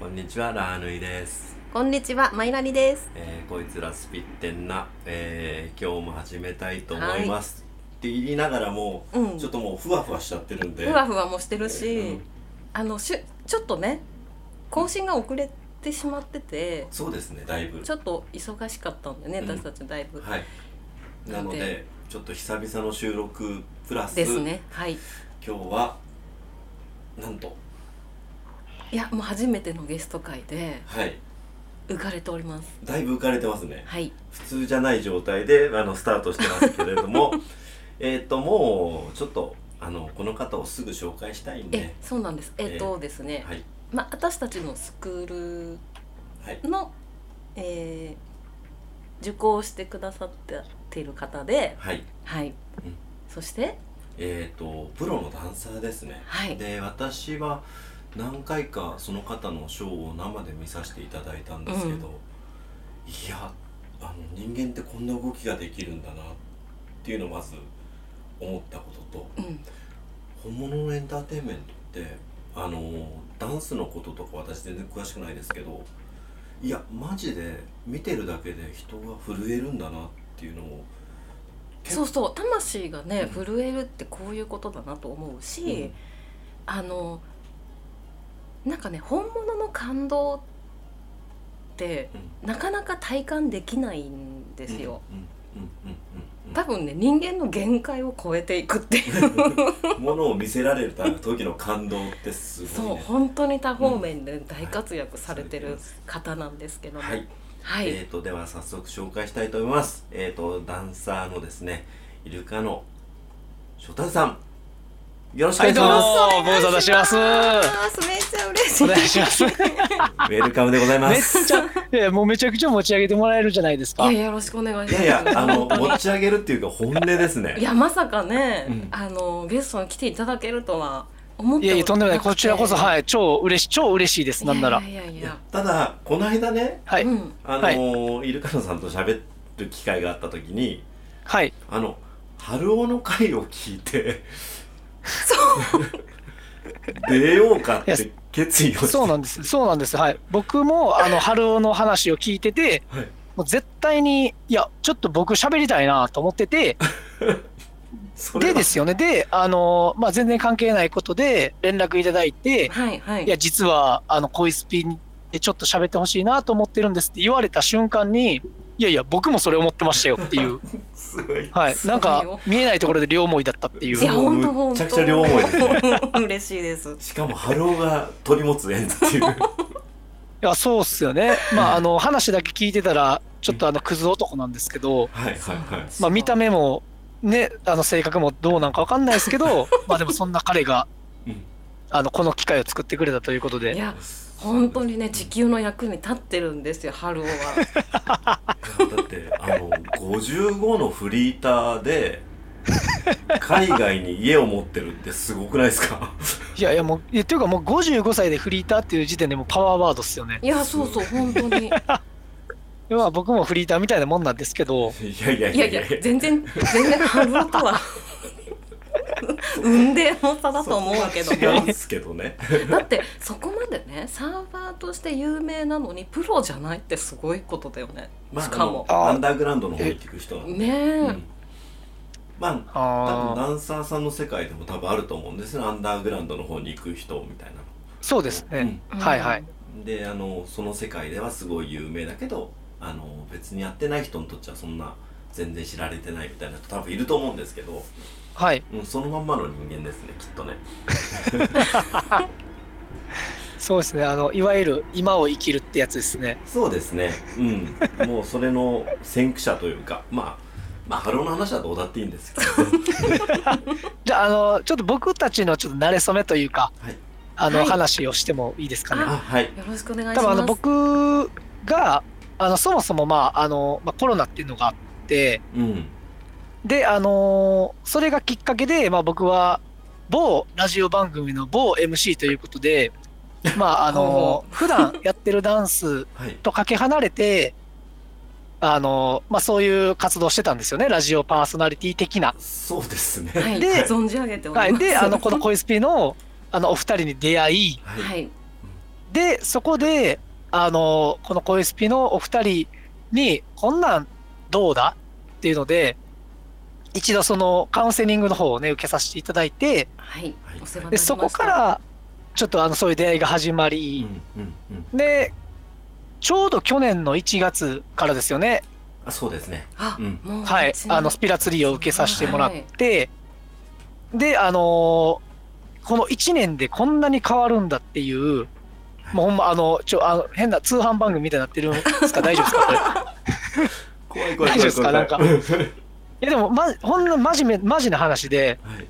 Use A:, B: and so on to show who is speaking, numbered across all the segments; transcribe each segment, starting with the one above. A: こんにちはラーヌイです、
B: こんにちは、マイナリです。
A: えーこいつらスピッテンな、えー今日も始めたいと思います、って言いながらも、
B: うん
A: ちょっともうふわふわしちゃってるんで
B: ふわふわもしてるし、
A: うん
B: あのしゅちょっとね、更新が遅れてしまってて、
A: そうですねだいぶ
B: ちょっと忙しかったんだよね、
A: うん
B: 私たちだいぶ。
A: はいなので
B: で
A: ちょっと久々の収録プラス
B: ですね。はい。
A: 今日はなんと
B: いや、もう初めてのゲスト会で
A: はい
B: 浮かれております。
A: だいぶ浮かれてますね
B: はい。
A: 普通じゃない状態であのスタートしてますけれど もえっともうちょっとあのこの方をすぐ紹介したいん
B: え、
A: で
B: そうなんです。えっとですね、
A: はい
B: まあ私たちのスク
A: はい
B: ールの、えー受講してくださっている方で、
A: はい
B: は
A: う
B: い。
A: ん
B: そして、
A: えっ、とプロのダンサーですね、
B: はい
A: で私は何回かその方のショーを生で見させていただいたんですけど、
B: うん
A: いやあの人間ってこんな動きができるんだなっていうのをまず思ったことと
B: うん、
A: 本物のエンターテインメントってあのダンスのこととか私全然詳しくないですけどいやマジで見てるだけで人が震えるんだなっていうのを結
B: そうそう魂がね、
A: うん
B: 震えるってこういうことだなと思うし、
A: うん
B: あのなんかね本物の感動ってなかなか体感できないんで
A: です
B: よ。。
A: うんうんうんうんうん
B: 多分ね人間の限界を超えていくっ ていう
A: ものを見せられるた時の感動ってす
B: そ
A: ご
B: う
A: いね。
B: 本当に多方面で大活躍されてる方なんですけども
A: はい、
B: はい、
A: えー、とでは早速紹介したいと思います。えー、とダンサーのですねイルカのショタンさんよろしくお願いし
C: どう
A: ま
C: もご無沙汰します。お
B: あーめっちゃ嬉しい
C: 願いします。めっ
A: す。ウェルカムでございます。
C: ちゃ、いやもうめちゃくちゃ持ち上げてもらえるじゃないです
B: い
C: か
B: や。よろしくお願い
A: い
B: します。
A: やいやあの持ち上げるっていうか本音です
B: い
A: ね。
B: やまさかね、
A: うん
B: あのゲストに来ていただけるとは思って
C: いやいやとんでもない。こちらこそ
B: い
C: はい超嬉しい超嬉しいです。なんなら
B: い。やいやい
A: い
B: や
A: やただこの間ね
C: はい
B: うん
A: あのーイルカのさんと喋る機会があった時に
C: はい。
A: あの春尾の回を聞いてそう出ようかっ
C: いや
A: て決意をして
C: そうなんです。そうなんです。はい。僕もあの春尾の話を聞いてて、
A: はい
C: もう絶対にいやちょっと僕喋りたいなと思ってて、
A: それ
C: で
A: は
C: ですよね。であのまあ全然関係ないことで連絡いただいて。
B: はいはい
C: いや、実は、あの、恋スピでちょっと喋ってほしいなと思ってるんですって言われた瞬間に、いやいや、僕もそれ思ってましたよっていう、
A: すごい
C: はい。なん
B: すごいよ
C: か、見えないところで両思いだったってい
B: いや
C: う。
B: 本当
A: もうむ
B: 本当
A: っちゃくちゃ両思いですね
B: 嬉しいです
A: しかも春尾が取り持つ縁っていう
C: いや、そうっすよね。まあ、あの、話だけ聞いてたら、ちょっとあの、クズ男なんですけど、
A: はいはいはい
C: まあ、見た目も、ね、あの、性格もどうなんかわかんないですけど、 まあ、でもそんな彼が、
A: うん
C: あの、この機会を作ってくれたということ
B: い
C: で、
B: や本当にね地球の役に立ってるんですよ春雄は
A: だってあの55のフリーターで海外に家を持ってるってすごくないですか
C: いやいや、もう、いやというかもう55歳でフリーターっていう時点でもうパワーワードっすよね。
B: いやそうそう本当に
C: まあ、僕もフリーターみたいなもんなんですけど、
A: いやいやい
B: いや
A: や
B: いや全然全然春雄とは産んでの差だと思うけど
A: そこは違
B: も
A: うんですけどね
B: だってそこまでねサーバーとして有名なのにプロじゃないってすごいことだよね、
A: まあ
B: しかも
A: あのアンダーグラウンドの方に行く人なんで、
B: ねえ、
A: うんまあ多分
C: ああ、
A: ダンサーさんの世界でも多分あると思うんですよアンダーグラウンドの方に行く人みたいなの
C: そうですね。
B: うん
C: はいはい。
A: であのその世界ではすごい有名だけどあの別にやってない人にとっちゃそんな全然知られてないみたいな人多分いると思うんですけど、
C: はい。
A: うん、そのまんまの人間ですねきっとね
C: そうですね。あの、いわゆる今を生きるってやつですね。
A: そうですねうんもうそれの先駆者というかまあまあハローの話はどうだっていいんですけど
C: じゃあ、あの、ちょっと僕たちのちょっと慣れ初めというか、
A: はい
C: あの、
B: はい
C: 話をしてもいいですかね。
A: あはい
B: よろしくお願いします
C: 多分あの、僕が、あの、そもそもまあ、あの、まあ、コロナっていうのがあって、
A: うん
C: で、あの、それがきっかけで、まあ僕は、某ラジオ番組の某 MC ということ で、まああの、普段やってるダンス
A: はい
C: とかけ離れて、あの、まあ、そういう活動をしてたんですよね。ラジオパーソナリティ的な。
A: そうですね
B: はい
C: で
B: 存じ上げておりま
C: は
B: す
C: い。で、あの、この恋スピの、あの、お二人に出会い、
A: は
B: はいい
C: で、そこで、あの、このコエスピのお二人に、こんなんどうだっていうので、一度そのカウンセリングの方をね、受けさせていただいて、
B: はい
A: はい
B: お世話になりま
C: で、
B: した
C: そこから、ちょっとあの、そういう出会いが始まり、
A: うんうん
C: で、ちょうど去年の1月からですよね、
A: あそうですね
B: あ、
A: うん
B: もう
C: はい、
B: 一年
C: あのスピラツリーを受けさせてもらっ
B: はい
C: て、で、あのーこの1年でこんなに変わるんだっていう、もうほんま、あの、ちょ、あの変な通販番組みたいになってるんですか、大丈夫ですか、これ。い
A: 怖い怖い
C: 大丈夫
A: 怖
C: で
A: い
C: すか
A: 怖い怖い
C: や、でも、ま、ほんの真面目、マジな話で、
A: はい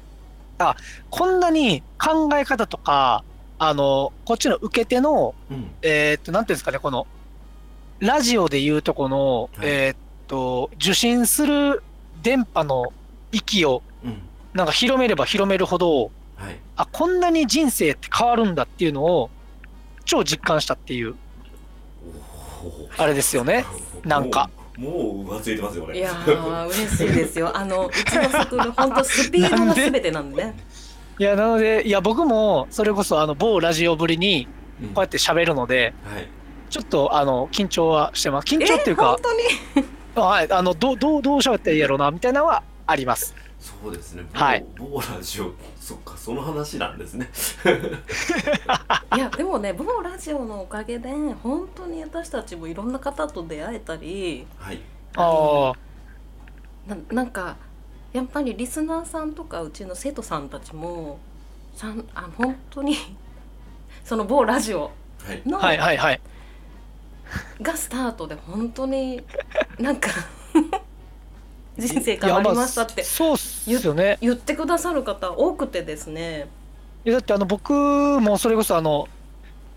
C: こんなに考え方とか、あの、こっちの受け手の、
A: うん
C: えーっと、なんていうんですかね、この、ラジオで言うとこの、
A: はい
C: えーっと、受信する電波の域を、
A: うん
C: なんか広めれば広めるほど、
A: はい
C: あ、こんなに人生って変わるんだっていうのを、超実感したっていう、
A: おー
C: あれですよね。なんか
A: もうもう浮ついてますよ俺
B: いやー嬉しいですよあのうちの作る本当スピードが全てなんでね
C: いや、なので、いや、僕も、それこそ、あの、某ラジオぶりに、
A: うん
C: こうやって喋るので、
A: はい
C: ちょっと、あの、緊張はしてます。緊張っていうか
B: 本、当に
C: はい、あの、どう、どう、どう喋ったらいいやろうな、みたいなのはあります。
A: そうですね
C: はい
A: 某某ラジオそっかその話なんですね
B: いやでもね某ラジオのおかげで本当に私たちもいろんな方と出会えたり
A: はい
C: ああ、
B: ななんかやっぱりリスナーさんとかうちの生徒さんたちもさんあ本当にその某ラジオ
A: はい
B: の、
C: はい、はい、はい。
B: がスタートで本当になん か人生変わりましたって
C: いやあそうっすよね。
B: 言ってくださる方多くてですね
C: いやだって、あの、僕も、それこそ、あの、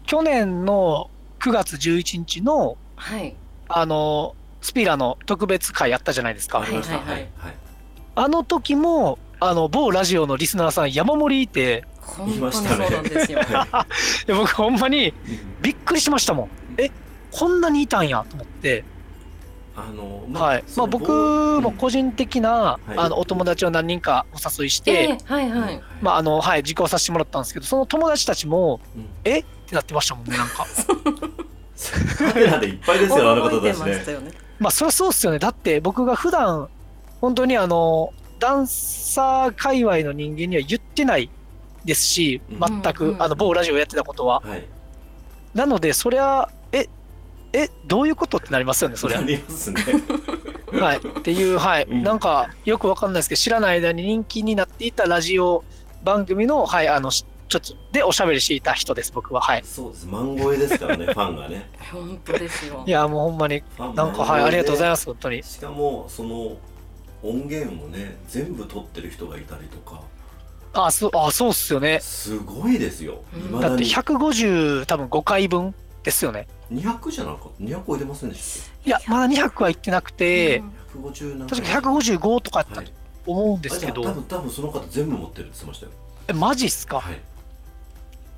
C: 去年の9月11日の、
B: はい
C: あの、スピラの特別会やったじゃないですか
A: あ。りました
B: はいは
A: はいいはい
C: あの時も、あの、某ラジオのリスナーさん、山盛りいて、
B: 本当
A: い
B: に
A: ま
B: そ
A: し
B: う
A: たね
B: なんですよ、
A: はい
C: や僕、ほんまに、
A: い
C: びっくりしましたもん。えこんなにいたんやと思って、
A: あの
C: はいまあ、僕も個人的な、
A: うんはい
C: あのお友達を何人かお誘いし
B: え
C: て、
B: えはいはい、
C: ま
A: あ
C: ああのはい、受講させてもらったんですけどその友達たちも
A: うん
C: ってなってましたもんねなんか
A: カメラでいっぱいですよあの方
B: 驚
A: た
B: いて
A: ち
B: ま
A: ね
B: したよね
C: まあそりゃそうっすよねだって僕が普段本当にあのダンサー界隈の人間には言ってないですし
A: うん
C: 全く、
B: うん
C: あの某ラジオやってたことは
A: はい
C: なのでそりゃええどういうことってなりますよねそ りゃ
A: なりますね
C: はい、っていう、はい、
A: うん
C: なんかよくわかんないですけど、知らない間に人気になっていたラジオ番組の、はい、あの、しちょっとでおしゃべりしていた人です、僕は。はい。
A: そうです万超えですからねファンがね
B: 本当ですよ
C: いや、もうほんまに、
A: ファン
C: なんか、はい、ありがとうござい
A: ま
C: ます、本当に。
A: しかもその音源をね全部撮ってる人がいたりとか
C: あ、そう、あ、そうっすよね。
A: すごいですよ
B: うん
A: 未
C: だ
A: だ
C: って
A: に
C: 150、多分5回分ですよね。
A: 200じゃなかった200超えてませんでしたっ
C: いや、まだ200は行ってなくて、
B: うん
A: け150なん
C: 確か155とかやった
A: は
C: と
A: い
C: 思うんですけ
A: あ
C: ど、
A: じゃあ多分多分その方全部持ってるって言ってましたよ
C: え、マジっすか
A: はい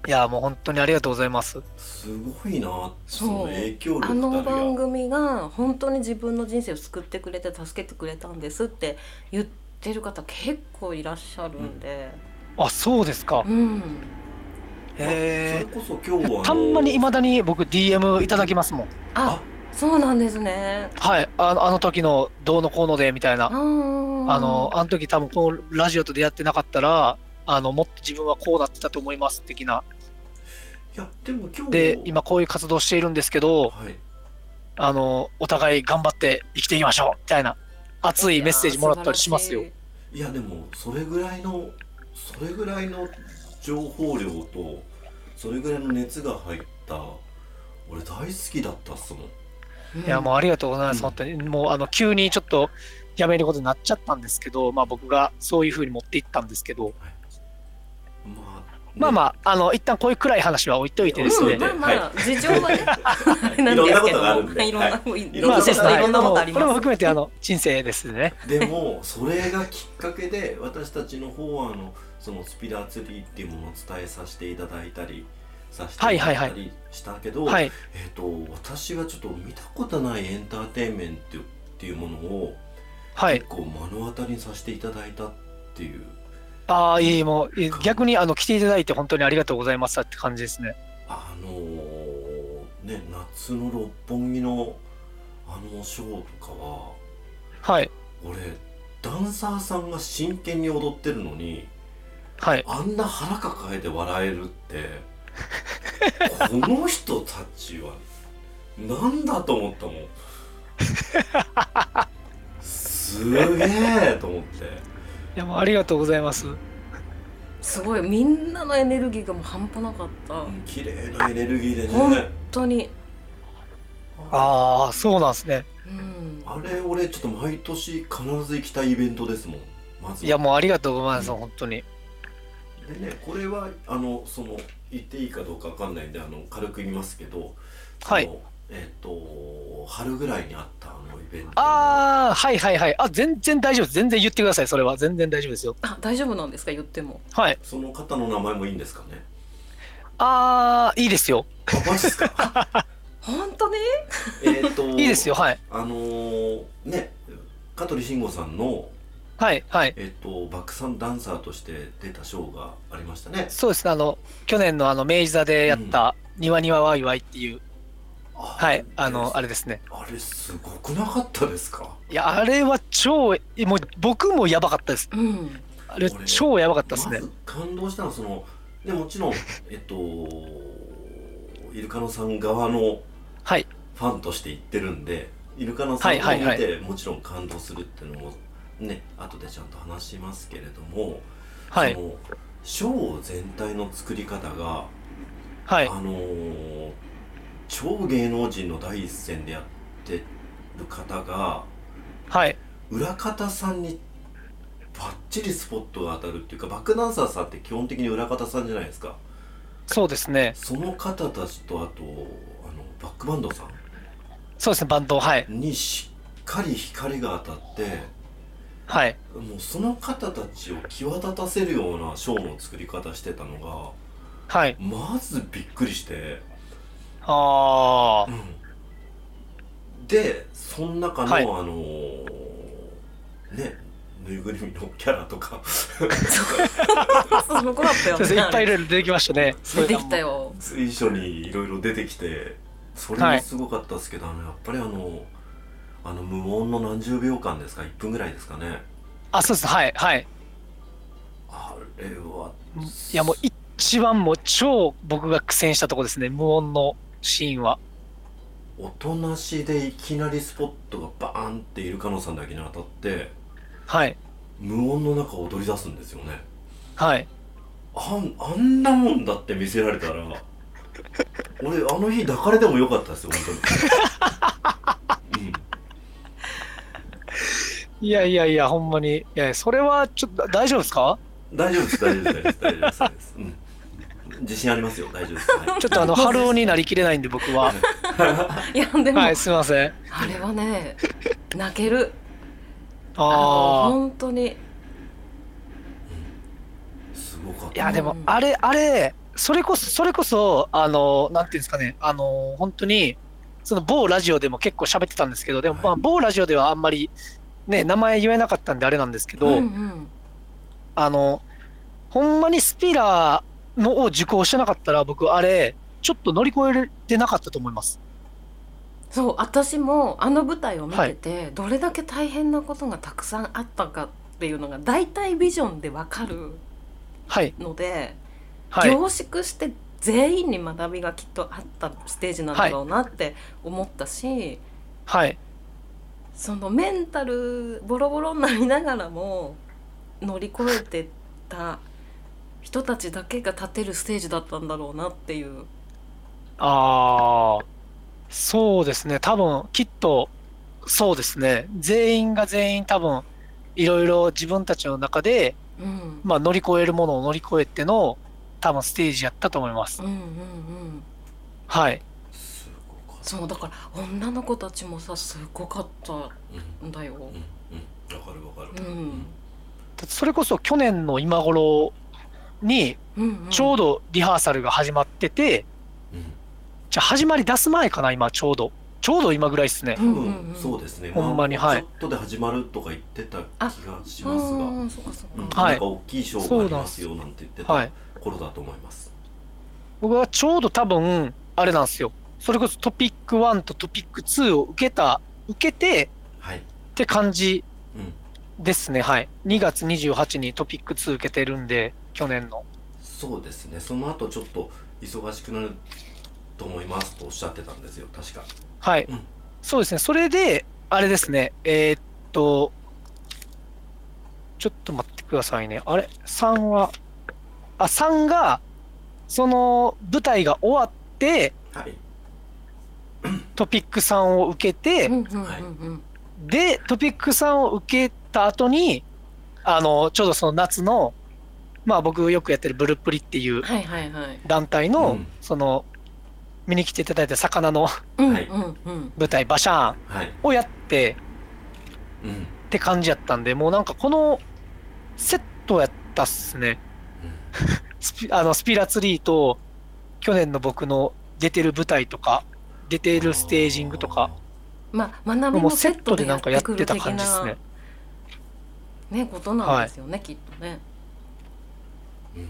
C: いや、もう本当にありがとうございます。
A: すごいな
B: そ
A: そうの影響力
B: あ
A: たるや
B: の番組が本当に自分の人生を救ってくれて助けてくれたんですって言ってる方結構いらっしゃるんで、
C: あ、そうですか
B: う。ん
A: それ
C: へ
A: こそ今日はあ
C: え。
A: の
C: たんまに未だに僕 DM いただきますもん。
B: あそうなんですね。
C: はい、あのあの時のどうのこうのでみたいな、あ
B: あ
C: のあの時多分このラジオと出会ってなかったら、あのもっと自分はこうなってたと思います的な、
A: いやでも今日
C: で、今こういう活動しているんですけど、
A: はい
C: あのお互い頑張って生きていきましょうみたいな、熱いメッセージもらったりしますよ。。
A: いやでもそれぐらいのそれぐらいの情報量とそれぐらいの熱が入った俺大好きだったっすもん
C: いや、もうありがとうございます、
A: うん
C: 本当に、もうあの急にちょっとやめることになっちゃったんですけど、まあ、僕がそういうふうに持っていったんですけど、
A: まあ、
C: まあまあ、あの一旦こういう暗い話は置いといてです
B: う
C: ね
B: ん、。まあまあ事情はね、なんですけ
A: いろんなこと
B: ど
A: があるんで
B: いろんな、、
A: はいい
B: ろ
A: ろ
B: ん
A: ん
B: な
A: な
C: ま
A: こ
C: あ
A: と
C: そうですね
B: いろんなことあ
C: こ
B: り
C: れも
B: ます。
C: 含めてあの人生ですね。
A: でもそれがきっかけで私たちの方はあのそのスピラツリーっていうものを伝えさせていただいたりさせていただいたりしたけど、
C: はい、
A: えっ、と私がちょっと見たことないエンターテインメントっていうものを
C: はい
A: 結。構目の当たりにさせていただいたっていう
C: ああ、いい、もう、いい逆に、あの、来ていただいて、本当にありがとうございましたって感じですね。
A: あのーね夏の六本木のあのショーとかは
C: はい
A: 俺ダンサーさんが真剣に踊ってるのに
C: はい
A: あんな腹抱えて笑えるってこの人たちはなんだと思ったもんすげえと思って
C: いやもうありがとうございます
B: すごいみんなのエネルギーがもう半端なかった
A: う
B: 本
A: ん綺麗なエネルギーで
B: 本
A: ね
B: 当に
C: ああそうなんですね
B: うん
A: あれ俺ちょっと毎年必ず行きたいイベントですもんまず
C: いやもうありがとうございます本当に
A: でねこれはあのその言っていいかどうかわかんないんであの軽く言いますけど
C: はい
A: そのえっ、と春ぐらいにあったあのイベント
C: ああはいはいはいあ全然大丈夫です全然言ってくださいそれは全然大丈夫ですよ
B: あ大丈夫なんですか言っても
C: はい
A: その方の名前もいいんですかね
C: ああいいですよ
A: あマジです か
B: 本当ね
A: えっと
C: いいですよはい
A: あのーね香取慎吾さんの
C: はいはい
A: えっ、とバックサンダンサーとして出たショーがありましたね
C: そうですねあの去年のあの明治座でやった「にわにわわいわい」っていう、はいあのあ
A: れ
C: れですね
A: あれすごくなかったですか
C: いやあれは超えもう僕もやばかったです
B: うん
C: あれ超やばかったです
A: ま
C: ね
A: ず感動したのはそのでもち ろんえっとイルカのさん側の
C: はい
A: ファンとして行ってるんでイルカのさんを見て、
C: はいはい
A: もちろん感動するっていうのもね後でちゃんと話しますけれども、
C: はい
A: そのショー全体の作り方が、
C: はい
A: あのー超芸能人の第一線でやってる方が
C: はい
A: 裏方さんにバッチリスポットが当たるっていうかバックダンサーさんって基本的に裏方さんじゃないですか
C: そうですね
A: その方たちとあとあのバックバンドさ
C: そうですねバンドはい
A: んにしっかり光が当たって
C: はい
A: もうその方たちを際立たせるようなショーの作り方してたのが
C: はい
A: まずびっくりして、
C: あー
A: うん、でその中の、
C: はい
A: あのーねぬいぐるみのキャラとか
B: すごかったよ
C: そうですね いっぱいい
B: ね
C: ろいろ出てきましたね
B: 出てきたよ
A: 随所にいろいろ出てきてそれもすごかったですけど、あのやっぱりあのあの無音の何十秒間ですか1分ぐらいですかね
C: あそうですはいはい
A: あれはい
C: やもう一番もう超僕が苦戦したとこですね無音のシーンは
A: おとなしでいきなりスポットがバーンってイルカノさんだけに当たって
C: はい
A: 無音の中踊り出すんですよね
C: はい
A: あんあんなもんだって見せられたら俺あの日抱かれてもよかったですよ本当に、うん、
C: いやいやいやほんまにいやそれはちょっと大丈夫ですか
A: 大丈夫です大丈夫です大丈夫です大丈夫です、うん、自信ありますよ大丈夫です、はい
C: ちょっ とあの春尾になりきれないんで僕は
B: いやでも、
C: はいすいません
B: あれはね泣けるあの
C: ああ
B: 本当に
A: すごかった
C: いやでも
B: うん
C: あれあれそれこそそれこそあのなんていうんですかねあの本当にその某ラジオでも結構喋ってたんですけどでもま
A: は
C: あ
A: い
C: 某ラジオではあんまりね名前言えなかったんであれなんですけど、
A: うん
C: あのほんまにスピラーのを受講してなかったら僕あれちょっと乗り越えれてなかったと思います
B: そう私もあの舞台を見てて、どれだけ大変なことがたくさんあったかっていうのが大体ビジョンでわかる
C: はい
B: ので、
C: はい
B: 凝縮して全員に学びがきっとあったステージなんだろうなって思ったし、
C: はい
B: そのメンタルボロボロになりながらも乗り越えてた人たちだけが立てるステージだったんだろうなっていう。
C: ああ、そうですね。多分、きっと、そうですね。全員が全員多分、いろいろ自分たちの中で、
B: うん
C: まあ、乗り越えるものを乗り越えての、多分、ステージやったと思います
B: うん。うんうん
C: はい。
A: すごかった
B: そうだから女の子たちもさすごかった
A: うん
B: んだよ。
A: うんうんわかるわか
B: う
A: る
B: ん
C: それこそ去年の今頃に、
B: うんうん、
C: ちょう
B: ど
C: どリハーサルが始まってて、じゃあ始まり出す前かな、今、ちょうど。ちょうど今ぐらいですね。
A: うん、多分そうですね
C: ほんまに
A: あ
C: はい
A: ちょっとで始まるとか言ってた気がしますが
B: うんそっかそ
A: うん
B: っか。
C: はい
A: なんか大きい賞がありますよなんて言って
C: は
A: た
C: い。
A: 頃だと思います。
C: 僕はちょうど多分、あれなんですよ。それこそトピック1とトピック2を受けた、受けて
A: はい
C: って感じ
A: うん
C: ですね。はい。2月28にトピック2受けてるんで、去年の。
A: そうですねその後ちょっと忙しくなると思いますとおっしゃってたんですよ確か
C: はい、
A: うん
C: そうですね、それで、あれですね、えーっと、ちょっと待ってくださいね、あれ、3は、あ、3が、その舞台が終わって、
A: はい
C: トピック3を受けて、
B: うんうん
A: はい
B: うん
C: で、トピック3を受けた後に、あの、ちょうどその夏の、まあ僕よくやってるブルップリっていう
B: うんはいはいはい
C: 団体の、
A: うん
C: その、見に来ていただいた魚の
B: うん
A: はい
B: うんうん
C: 舞台、バシャーン
A: はい
C: をやって、
A: うんうん
C: って感じやったんで、もうなんかこのセットやったっすね。スピあのスピラツリーと去年の僕の出てる舞台とか、出てるステージングとか、
B: まあ学び
C: も
B: も
C: う
B: セ
C: セッ
B: ッ
C: ト
B: ト
C: で
B: で
C: な
B: や
C: ん
B: っ
C: かや
B: て
C: っ
B: く
C: て
B: る
C: た
B: 的
C: 感じです
B: な
C: ね。
B: ねことなんですよねきっとね
A: うんい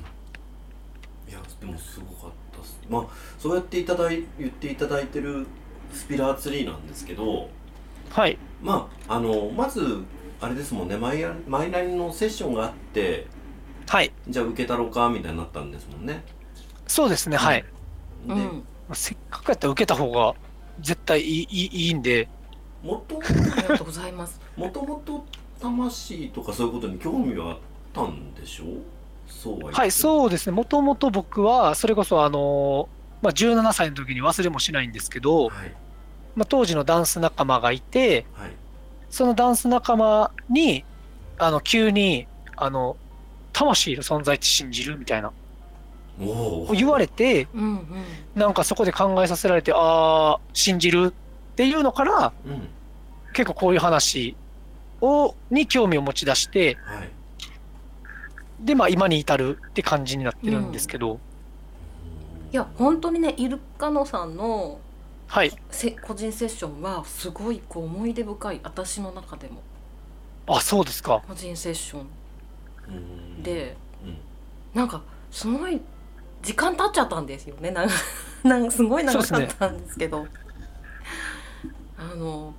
A: やでもすごかったっすまあそうやっていただい言っていただいてるスピラーツリーなんですけど
C: はい。
A: まああのまずあれですもんねマイナマイナリのセッションがあって
C: はい。
A: じゃあ受けたろうかみたいになったんですもんね
C: そうですね、はい。
A: で、
B: うん
C: せっかくやったら受けた方が絶対いいいいいいんで、
A: もと
B: ありがとうございます
A: もともと魂とかそういうことに興味はあったんでしょそうは言って
C: はい、
A: う
C: そうですね。もともと僕は、それこそあのまあ、17歳の時に忘れもしないんですけど、
A: はい
C: まあ、当時のダンス仲間がいて、
A: はい
C: そのダンス仲間に、あの、急に、あの、魂の存在って信じるみたいな、
A: おお
C: 言われて、
B: うんうん
C: なんかそこで考えさせられて、ああ、信じるっていうのから、
A: うん
C: 結構こういう話を、に興味を持ち出して、
A: はい
C: で、まあ今に至るって感じになってるんですけど、
B: いや本当にねイルカノさんの
C: はい。
B: せ個人セッションはすごいこう思い出深い私の中でも
C: あ、そうですか。
B: 個人セッション
A: うん
B: で
A: うん
B: なんかすごい時間経っちゃったんですよねなんか なんかすごい長かったんですけどあの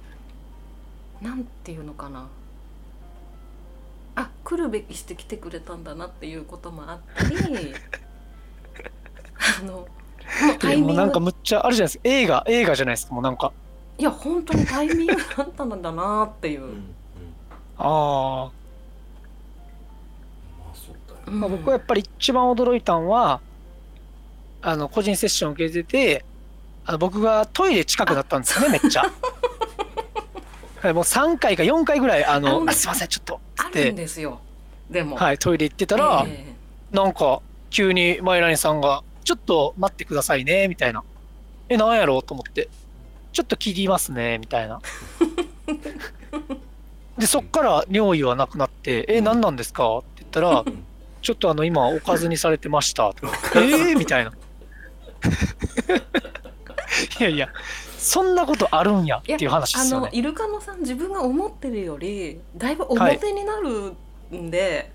B: なんていうのかなあ来るべきして来てくれたんだなっていうこともあったり あのもうタイ
C: も
B: ミ
C: うな
B: ン
C: ん
B: グ
C: かむっちゃあるじゃないですか。映画、映画じゃないですか。もうなんか、
B: いや本当にタイミングだったんだなっていう
A: う。んうん
C: ああ、
A: まあそうだよ
B: うん
C: まあ、僕はやっぱり一番驚いたんは、あの個人セッション受けててあの僕がトイレ近くだったんですよねめっちゃはいもう3回か4回ぐらいあ
B: あ
C: の
B: の
C: あすいませんちょっと
B: あるんですよ。でも。
C: はいトイレ行ってたら、
B: ええ
C: なんか急にマイラニさんが「ちょっと待ってくださいね」みたいな「えなんやろ?」と思って「ちょっと切りますね」みた いなでそっから尿意はなくなって「え何なんですか?」って言ったら
A: ん
C: 「ちょっとあの今おかずにされてました」と か「えー?」みたいないやいやそんなことあるんやっていう話で
B: あ
C: すよ
B: の
C: ね
B: イルカのさん自分が思ってるよりだいぶ表になるんで、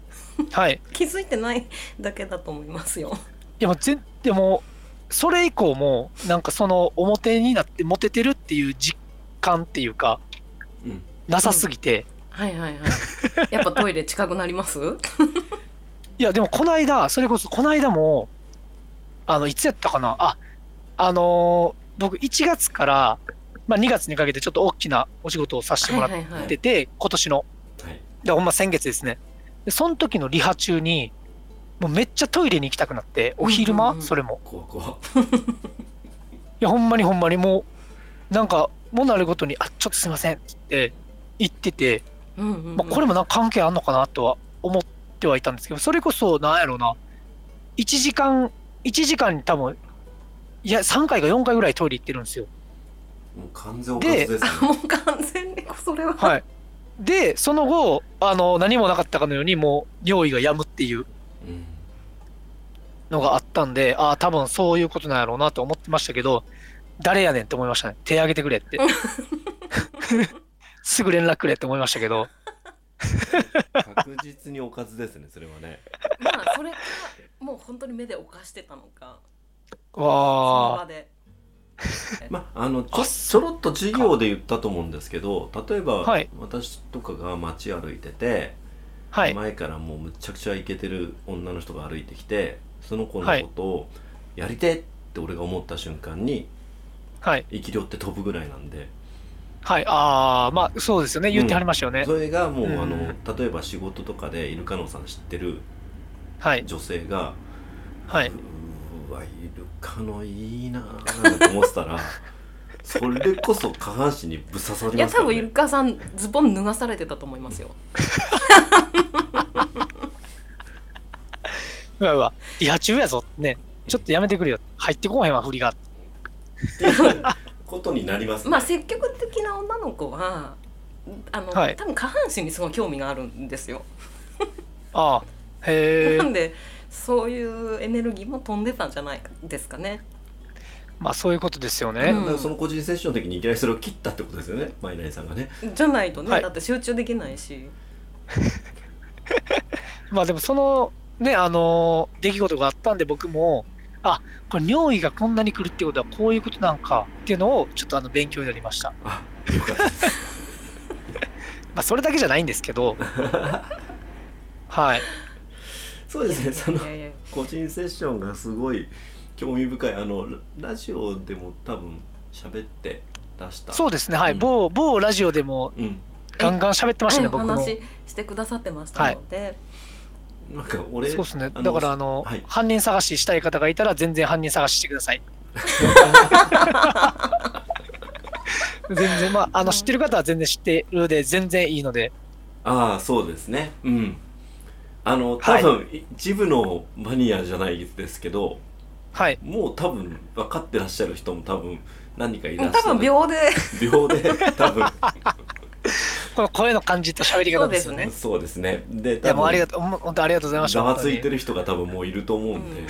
C: はい
B: 気づいてないだけだと思いますよ。
C: でもぜでもそれ以降もなんかその表になってモテてるっていう実感っていうか
A: うん
C: なさすぎて、
B: はいはい はい。やっぱトイレ近くなります？
C: いやでもこの間それこそこの間もあのいつやったかなああのー僕1月から、まあ、2月にかけてちょっと大きなお仕事をさせてもらっ
B: はいはいは
C: て
B: い。
C: て、今年の
A: はい
C: でほんま先月ですねでその時のリハ中にもうめっちゃトイレに行きたくなってお昼
B: う
C: 間、
B: んうんうん
C: それも
A: 怖怖
C: いやほんまにほんまにもうなんかもなるごとに「あちょっとすいません」って言ってて、
B: うんうんうん
C: まあ、これもなんか関係あんのかなとは思ってはいたんですけどそれこそなんやろうな1時間1時間に多分いや3回か4回ぐらいトイレ行ってるんですよ
A: もう完全おかずですね
B: あもう完全にそれは。
C: はいでその後あの何もなかったかのようにもう尿意が止むっていう
A: うん
C: のがあったんでああ多分そういうことなんやろうなと思ってましたけど誰やねんって思いましたね手挙げてくれって すぐ連絡くれって思いましたけど
A: 確実におかずですねそれはね
B: まあそれはもう本当に目で犯してたのか。その
C: わあ
B: 場で。
A: まあ、あのちょ
C: あ
A: ちょろっと授業で言ったと思うんですけど例えば、
C: はい
A: 私とかが街歩いてて、
C: はい。
A: 前からもうむちゃくちゃイケてる女の人が歩いてきてその子のことを「やりて!」って俺が思った瞬間に
C: はい。
A: 生き量って飛ぶぐらいなんで
C: はい。ああ、まあ、そうですよね。言ってはりましたよね。
A: それがもう、
C: うん
A: あの例えば仕事とかでイルカノさん知ってる
C: はい。
A: 女性が「。
C: はいう
A: ーわイルカのいいな」なんて思ってた らそれこそ下半身にぶさ刺さ
B: い
A: り
B: や
A: ますか
B: 多
A: ら、
B: 分
A: ね、
B: イルカさんズボン脱がされてたと思いますよ
C: うわうわ。リハ中やぞ。ね。ちょっとやめてくれよ。入ってこうへんわ、振りが。
A: っていうことになりますね
B: まあ積極的な女の子はあの、
C: はい
B: 多分下半身にすごい興味があるんですよ、
C: ああ。へえ
B: な。んでそういうエネルギーも飛んでたんじゃないですかね
C: まあ、そういうことですよね。
B: うん
A: だからその個人セッションの時にいきなりそれを切ったってことですよねマイナリさんがね
B: じゃないとね、
C: はい
B: だって集中できないし
C: まあ、でも、その、ね、あのー出来事があったんで、僕も、あ、これ、尿意がこんなに来るってことは、こういうことなんかっていうのを、ちょっとあの勉強になりました。
A: あよかったです
C: まあ、それだけじゃないんですけど、はい。
A: そうですねそ
B: い
A: の
B: やいや
A: 個人セッションがすごい興味深いあのララジオでも多分喋って出した
C: そうですね、はい、
A: うん
C: 某某ラジオでも
A: う、ん、
C: ガンガン喋ってましたね、
B: お
C: 僕も。そ
B: 話してくださってましたので、
A: なんか俺
C: うですね、
A: あの
C: だからあの、
A: はい
C: 犯人探ししたい方がいたら、全然犯人探ししてく ださい。全然、まあ、あの知ってる方は全然知ってるで、全然いいので、
A: ああそうですねうんあの多
C: はい
A: 分、い一部のマニアじゃないですけど
C: はい、
A: もう多分分かってらっしゃる人も多分何人かい
B: も
A: ら
B: う
A: っし
B: 多
A: ゃ
B: 分
A: る
B: 秒で
A: 秒で多分
C: この声の感じと喋り
B: そ
C: 方
B: う
C: で
B: ですす
C: よ
B: ね
C: ね。
A: そうですねで
C: いや、もうありがとう、ほん本当ありがとうございました。
A: ざわついて
C: る。
A: る人が多分もういると思うんで
B: うん。
A: うん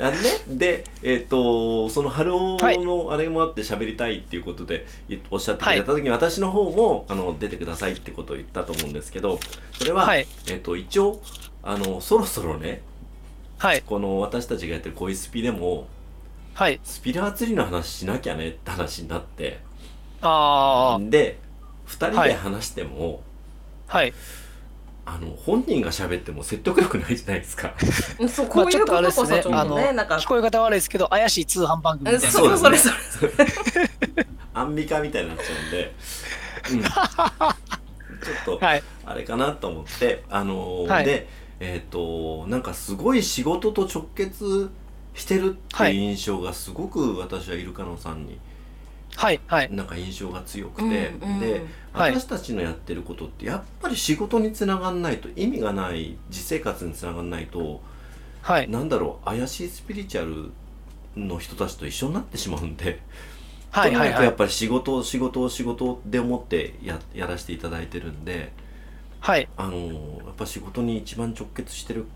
A: あね、で、えっとその春尾のあれもあって喋りたいっていうことでいおっしゃってくれた時に私の方もあの出てくださいってことを言ったと思うんですけどそれは、
C: はい、
A: えっと一応あのそろそろね
C: はい、
A: この私たちがやってる恋スピでも
C: はい。
A: スピラー釣りの話しなきゃねって話になって
C: あ
A: で2人で話しても、
C: あ、はい。
A: あの本人が喋っても説得力ないじゃないですか。
B: うんそうこ
C: まあ、
B: うい
C: ちょ
B: う
C: っとあ
B: こ
C: れ
B: とこ
C: です
B: そ
C: ね
B: ちょ、
C: あ
B: っと
C: の、
B: ねなんか
C: 聞こえ方悪いですけど、怪しい通販番組
B: え
C: みたいな。
B: そうう
A: ですね
B: それそれそれ
A: アンミカみたいになっちゃうんで、うんちょっと
C: はい、
A: あれかなと思ってあのー
C: はい
A: でえっ、となんかすごい仕事と直結してるって
C: は
A: いう
C: い
A: 印象がすごく私はイルカノさんに
C: はい、はい。
A: なんか印象が強く
B: うん
A: て、
B: うん
A: で
C: はい
A: 私たちのやってることってやっぱり仕事につながんないと意味がない実生活につながんないと
C: はい。
A: なんだろう怪しいスピリチュアルの人たちと一緒になってしまうんで。
C: は
A: と
C: い
A: に
C: は
A: か
C: い
A: く
C: は
A: やっ
C: い。
A: ぱり仕事を仕事を仕事で思ってややらせていただいてるんで、
C: はい。
A: あのーやっぱ仕事に一番直結してる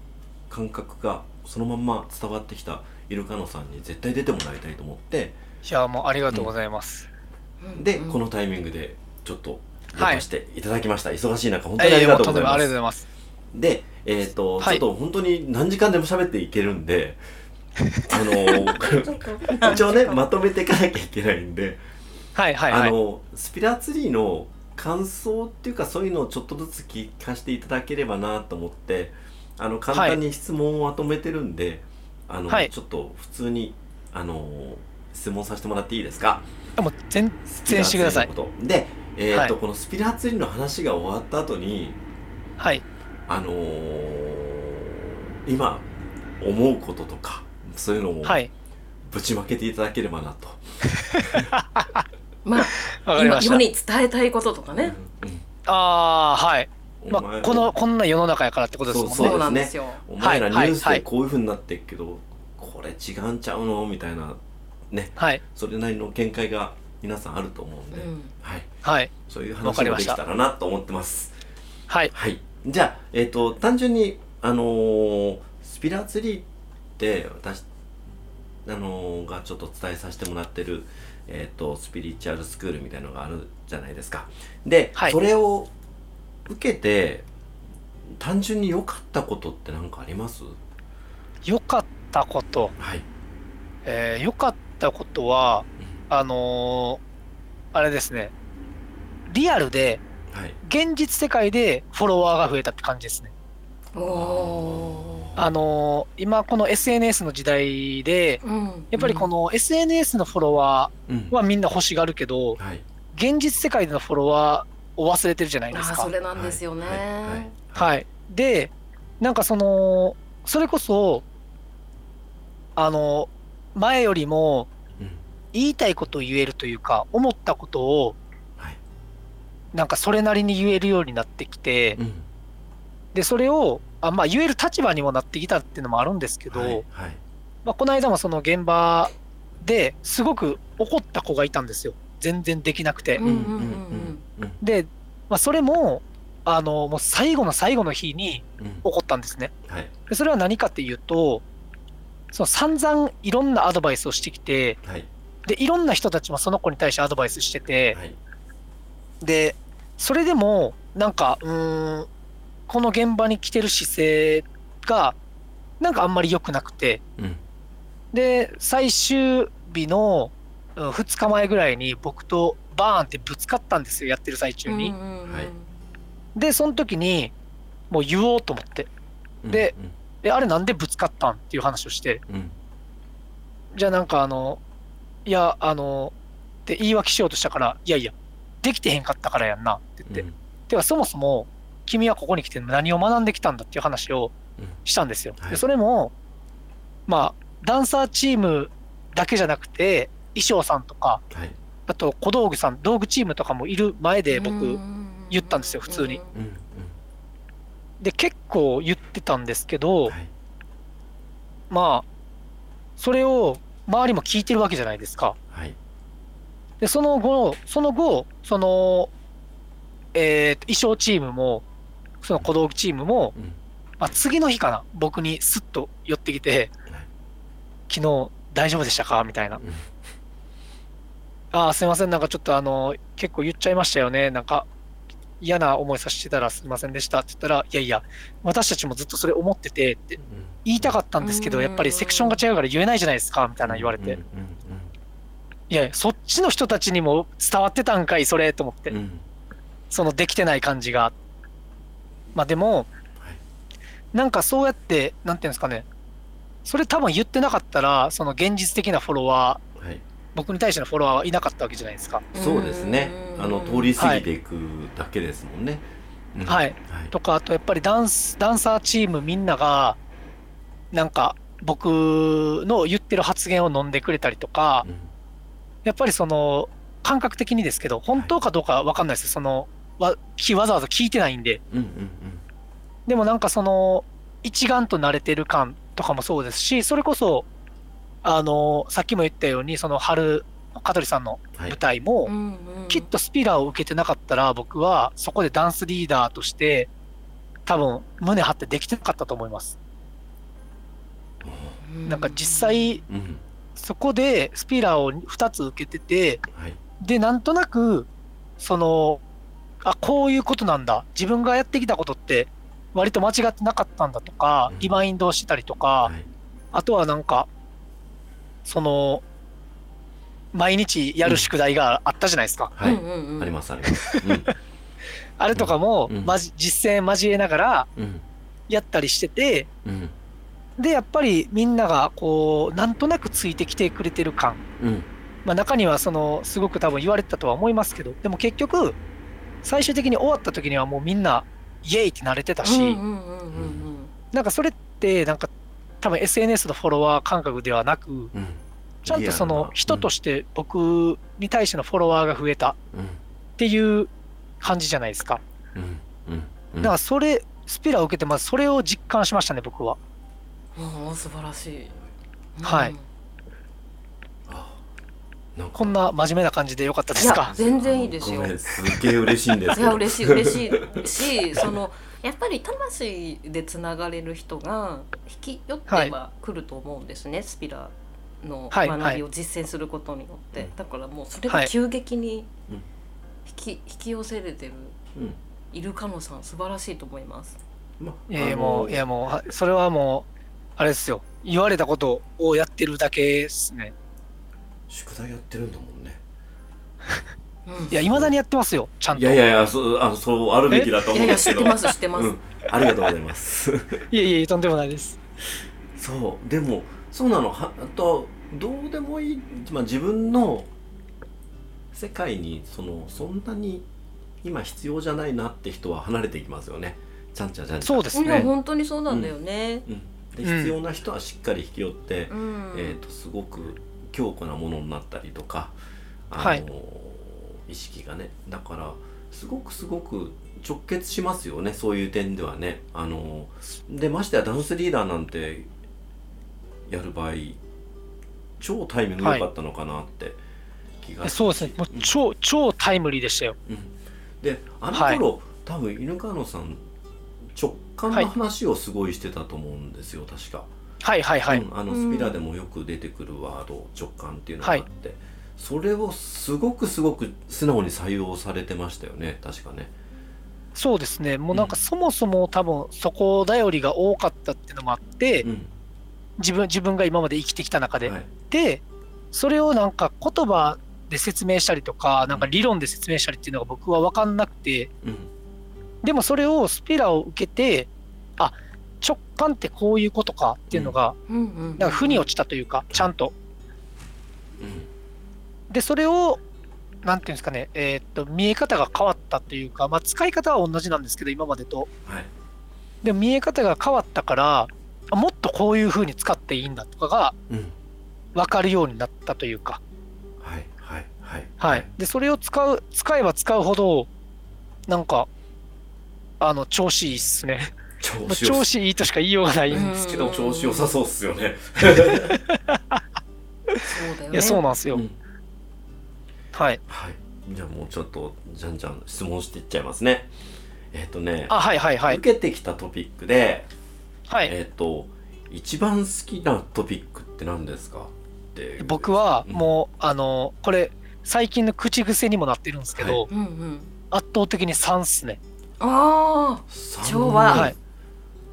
A: 感覚がそのまんま伝わってきたイルカノさんに絶対出てもらいたいと思って
C: いや、もうありがとうございます。
B: うん
A: で、
B: うん
A: このタイミングでちょっと出
C: はい
A: ましていただきました、忙しい中本当
C: え
A: にあ
C: え
A: り
C: も
A: が
C: う
A: と
C: と
A: うんござ
C: で
A: い
C: もあ
A: ま
C: り
A: す。
C: がとうございます。
A: で、えっとちょ
C: は
A: っ
C: い
A: と本当に何時間でも喋っていけるんであの
B: ち ょっ
A: ー
B: と
A: 一応ねまとめていかなきゃいけないんで。
C: はいはいは
A: あ
C: い。
A: のスピラーツリーの感想っていうかそういうのをちょっとずつ聞かせていただければなと思ってあの簡単に質問をまとめてるんで、あの
C: はい
A: ちょっと普通にあの質問させてもらっていいですか
C: でも全
A: ス
C: 然してください
A: ピラーツリーのことで、えーと
C: は
A: このスピラーツリーの話が終わった後に
C: はい
A: あのー今思うこととかそういうのも
C: はい。
A: ぶちまけていただければなと、
B: まあ
C: わかり
B: 今
C: まし
B: 世
C: た。
B: に伝えたいこととかね
C: ああはい。
A: うん
C: ま
A: お
C: あ
A: 前
C: このこんな世の中やからってことです
A: そうですね
B: そう
C: もんね。
B: なんですよ
A: お前らニ
C: はい
A: ュースでこういうふうになってるけど、これ違うんちゃうのみたいなね
C: はい
A: それなりの見解が皆さんあると思うん
B: う
A: で、
B: ん
A: はい、
C: はい
A: そういう
C: わ
A: 話
C: かり
A: が
C: ま
A: で
C: し
A: き
C: た
A: たらなと思ってます。
C: はい
A: はい、じゃあ、えっと単純に、あのースピラーツリーって私、あのーがちょっと伝えさせてもらってる、えっとスピリチュアルスクールみたいのがあるじゃないですか。で、
C: はい
A: それを受けて単純に良かったことって何かあります
C: 良かったこと
A: はい
C: えー良かったことは、あのーあれですね、リアルで、
A: はい
C: 現実世界でフォロワーが増えたって感じですね。
B: おお
C: あのー今この SNS の時代で、
B: ー。うん。
C: やっぱりこの SNS のフォロワ
A: うん
C: ーはみんな欲しがるけど、
A: はい
C: 現実世界でのフォロワーを忘れてるじゃない
B: あ
C: です
B: ー
C: か。
B: それなんですよね。
A: はいはい
C: はいい、でなんかそのそれこそあの前よりも
A: うん
C: 言いたいことを言えるというか思ったことを
A: はい
C: なんかそれなりに言えるようになってきて
A: うん
C: でそれをあ、まあ、言える立場にもなってきたっていうのもあるんですけど、
A: はいはい
C: まあ、この間もその現場ですごく怒った子がいたんですよ全然できなくて。
B: うんうんうん
A: うん
C: で、まあ、それもあのもう最後の最後の日に
A: うん
C: 怒ったんですね。
A: はい
C: でそれは何かっていうと、その散々いろんなアドバイスをしてきて、
A: はい
C: で、いろんな人たちもその子に対してアドバイスしてて、
A: はい
C: で、それでも、なんか、うーん、この現場に来てる姿勢が、なんかあんまり良くなくて、
A: うん
C: で、最終日の2日前ぐらいに僕とバーンってぶつかったんですよ、やってる最中
B: うん。
C: に
B: う。んうんうん
A: はい
C: で、その時に、もう言おうと思って、でえ、あれなんでぶつかったんっていう話をして、
A: うんうん
C: じゃあなんかあの、いや、あの、って言い訳しようとしたから、いやいや、できてへんかったからやんなって言って、
A: うん
C: ではそもそも君はここに来て何を学んできたんだっていう話を
A: うん
C: したんですよ。
A: はい
C: でそれも、まあ、ダンサーチームだけじゃなくて、衣装さんとか、
A: はい
C: あと小道具さん、道具チームとかもいる前で僕、
B: うん
C: 言ったんですよ普通に
A: うん
C: で結構言ってたんですけど、
A: うんはい
C: まあ、それを周りも聞いてるわけじゃないですか。
A: はい
C: で、その後、その後、その、えーと衣装チームも、その小道具チームも、
A: うん
C: まあ、次の日かな、僕にスッと寄ってきて
A: はい、
C: 昨日大丈夫でしたかみたいな
A: うん。
C: ああ、すいません、なんかちょっとあの、結構言っちゃいましたよね、なんか嫌な思いさせてたらすいませんでしたって言ったら、いやいや、私たちもずっとそれ思っててって
A: うん
C: 言いたかったんですけど、
B: うん
C: やっぱりセクションが違うから言えないじゃないですか、みたいな言われ
A: う
C: て
A: ん、
C: いやいや、そっちの人たちにも伝わってたんかい、それと思って
A: うんう。んうん
C: そのできてない感じが。まあでも、
A: はい
C: なんかそうやって、なんていうんですかね、それ多分言ってなかったら、その現実的なフォロワー、
A: はい
C: 僕に対してのフォロワーはいなかったわけじゃないですか。
A: そうですね
B: うん
A: あの通り過ぎていくだけですもんねうん
C: はい
A: はい
C: とか、あとやっぱりダンス、ダンサーチームみんなが、なんか僕の言ってる発言を飲んでくれたりとか、
A: うん
C: やっぱりその、感覚的にですけど、本当かどうかわかんないですその、わきわざわざ聞いてないんで、
A: うんうんうん
C: でもなんかその一丸と慣れてる感とかもそうですしそれこそあのさっきも言ったようにその春香取さんの
A: はい
C: 舞台も、
B: うんうん
C: きっとスピラーを受けてなかったら僕はそこでダンスリーダーとして多分胸張ってできてなかったと思いますなんか実際
A: うん
C: そこでスピラーを2つ受けてて
A: はい
C: でなんとなくそのあこういうことなんだ自分がやってきたことって割と間違ってなかったんだとか
A: うん
C: リマインドをしてたりとか
A: はい
C: あとはなんかその毎日やる宿題があったじゃないですか、
A: はい
B: うんうんうん
A: ありますありますうん
C: あれとかも、
A: うん
C: まじ実践交えながら
A: うん
C: やったりしてて
A: うん
C: でやっぱりみんながこうなんとなくついてきてくれてる感
A: うん
C: まあ、中にはそのすごく多分言われてたとは思いますけどでも結局最終的に終わった時にはもうみんなイエイって慣れてたし、
B: うんうんうんうん
C: なんかそれってなんか多分 SNS のフォロワー感覚ではなく
A: うん
C: ちゃんとそ
A: リアル
C: の
A: な
C: 人として僕に対してのフォロワーが増えた
A: うん
C: っていう感じじゃないですか
A: うんうんう
C: だ
A: ん
C: からそれスピラを受けてますそれを実感しましたね僕は
B: うんあー素晴らしい
C: はい
B: うん
A: あなんか
C: こんな真面目な感じでよかったです
B: いや
C: か
B: 全然いいですよ
A: ごめんすっげえ嬉しいんです
B: い
A: け
B: や
A: ど
B: 嬉しい嬉しいし そのやっぱり魂でつながれる人が引き寄っては来ると思うんですね、スピラの
C: はい
B: 学びを実践することによって、
A: はい
B: だからもうそれ
C: は
B: が
C: い
B: 急激に
A: うん
B: 引き,、引き寄せれてる
A: うん
B: イルカノさん素晴らしいと思います。
A: まあ
C: いやいや
A: あの
C: もういやもうはそれはもうあれですよ言われたことをやってるだけですね
A: 宿題やってるんだもんね
B: うん
C: いやいまだにやってますよちゃん
A: い
C: とい
A: やいやいやそうあのそうあるべきだと
B: い
A: 思
B: や
A: うん
B: いや
A: です
B: 知っ
A: け
B: て
A: ど
B: ます知ってます、
A: うんありがとうございます
C: いやいやとんでもないです
A: そうでもそうなのはあとどうでもいい、まあ、自分の世界にそのそんなに今必要じゃないなって人は離れていきますよねちゃんちゃんちゃんちゃん
C: そうです
B: うん
C: ね
B: 本当にそうなんだよね
A: で
C: うん
A: 必要な人はしっかり引き寄って、
B: うん、
A: えー、とすごく強固なものになったりとか、あの
C: はい
A: 意識がねだからすごくすごく直結しますよねそういう点ではね。あのでましてやダンスリーダーなんてやる場合超タイミング良かったのかなって気が
C: そうですねもう超超タイムリーでしたよ
A: うん、であの頃、多分犬川野さん直感
C: はい
A: の話をすごいしてたと思うんですよ、確か。
C: はいはいはい、
A: うんあの
B: うん
A: スピラでもよく出てくるワード直感っていうのがあ
C: は
A: っ
C: い
A: て、それをすごくすごく素直に採用されてましたよね確かね
C: そうですねもうなんかそもそも多分そこ頼りが多かったっていうのもあって、
A: うん
C: 自分自分が今まで生きてきた中で、
A: はい
C: でそれをなんか言葉で説明したりとかなんか理論で説明したりっていうのが僕は分かんなくて
A: うん
C: でもそれをスピラを受けてあ直感ってこういうことかっていうのが、
B: うんうんうん
C: なんか腑に落ちたというかちゃんと
A: う
C: でそれをなんていうんですかねえーっと見え方が変わったというか、まあ、使い方は同じなんですけど今までと
A: んはい
C: でも見え方が変わったからあもっとこういう風に使っていいんだとかが
A: うん
C: 分かるようになったというか
A: はいはいはい
C: はい、でそれを使う使えば使うほどなんかあの調子いいっすね
A: 調
C: まあ
A: 子よ
C: 調
A: さ
C: 子いいとしか言いようがない、
B: う
C: い
B: ん
A: ですけど調子良さそうっすよね
B: そうだよね
C: やそうなんですよ、
A: うん
C: はい
A: はいじゃあもうちょっとじゃんじゃん質問していっちゃいますねえっ、とね
C: あはいはいはい
A: 受けてきたトピックで
C: はい
A: えっ、と一番好きなトピックって何ですかって
C: 僕は
A: うん
C: もう、あのこれ最近の口癖にもなってるんですけど、
B: うんうん
C: 圧倒的に3っすね
B: あ調和
A: 三
C: はい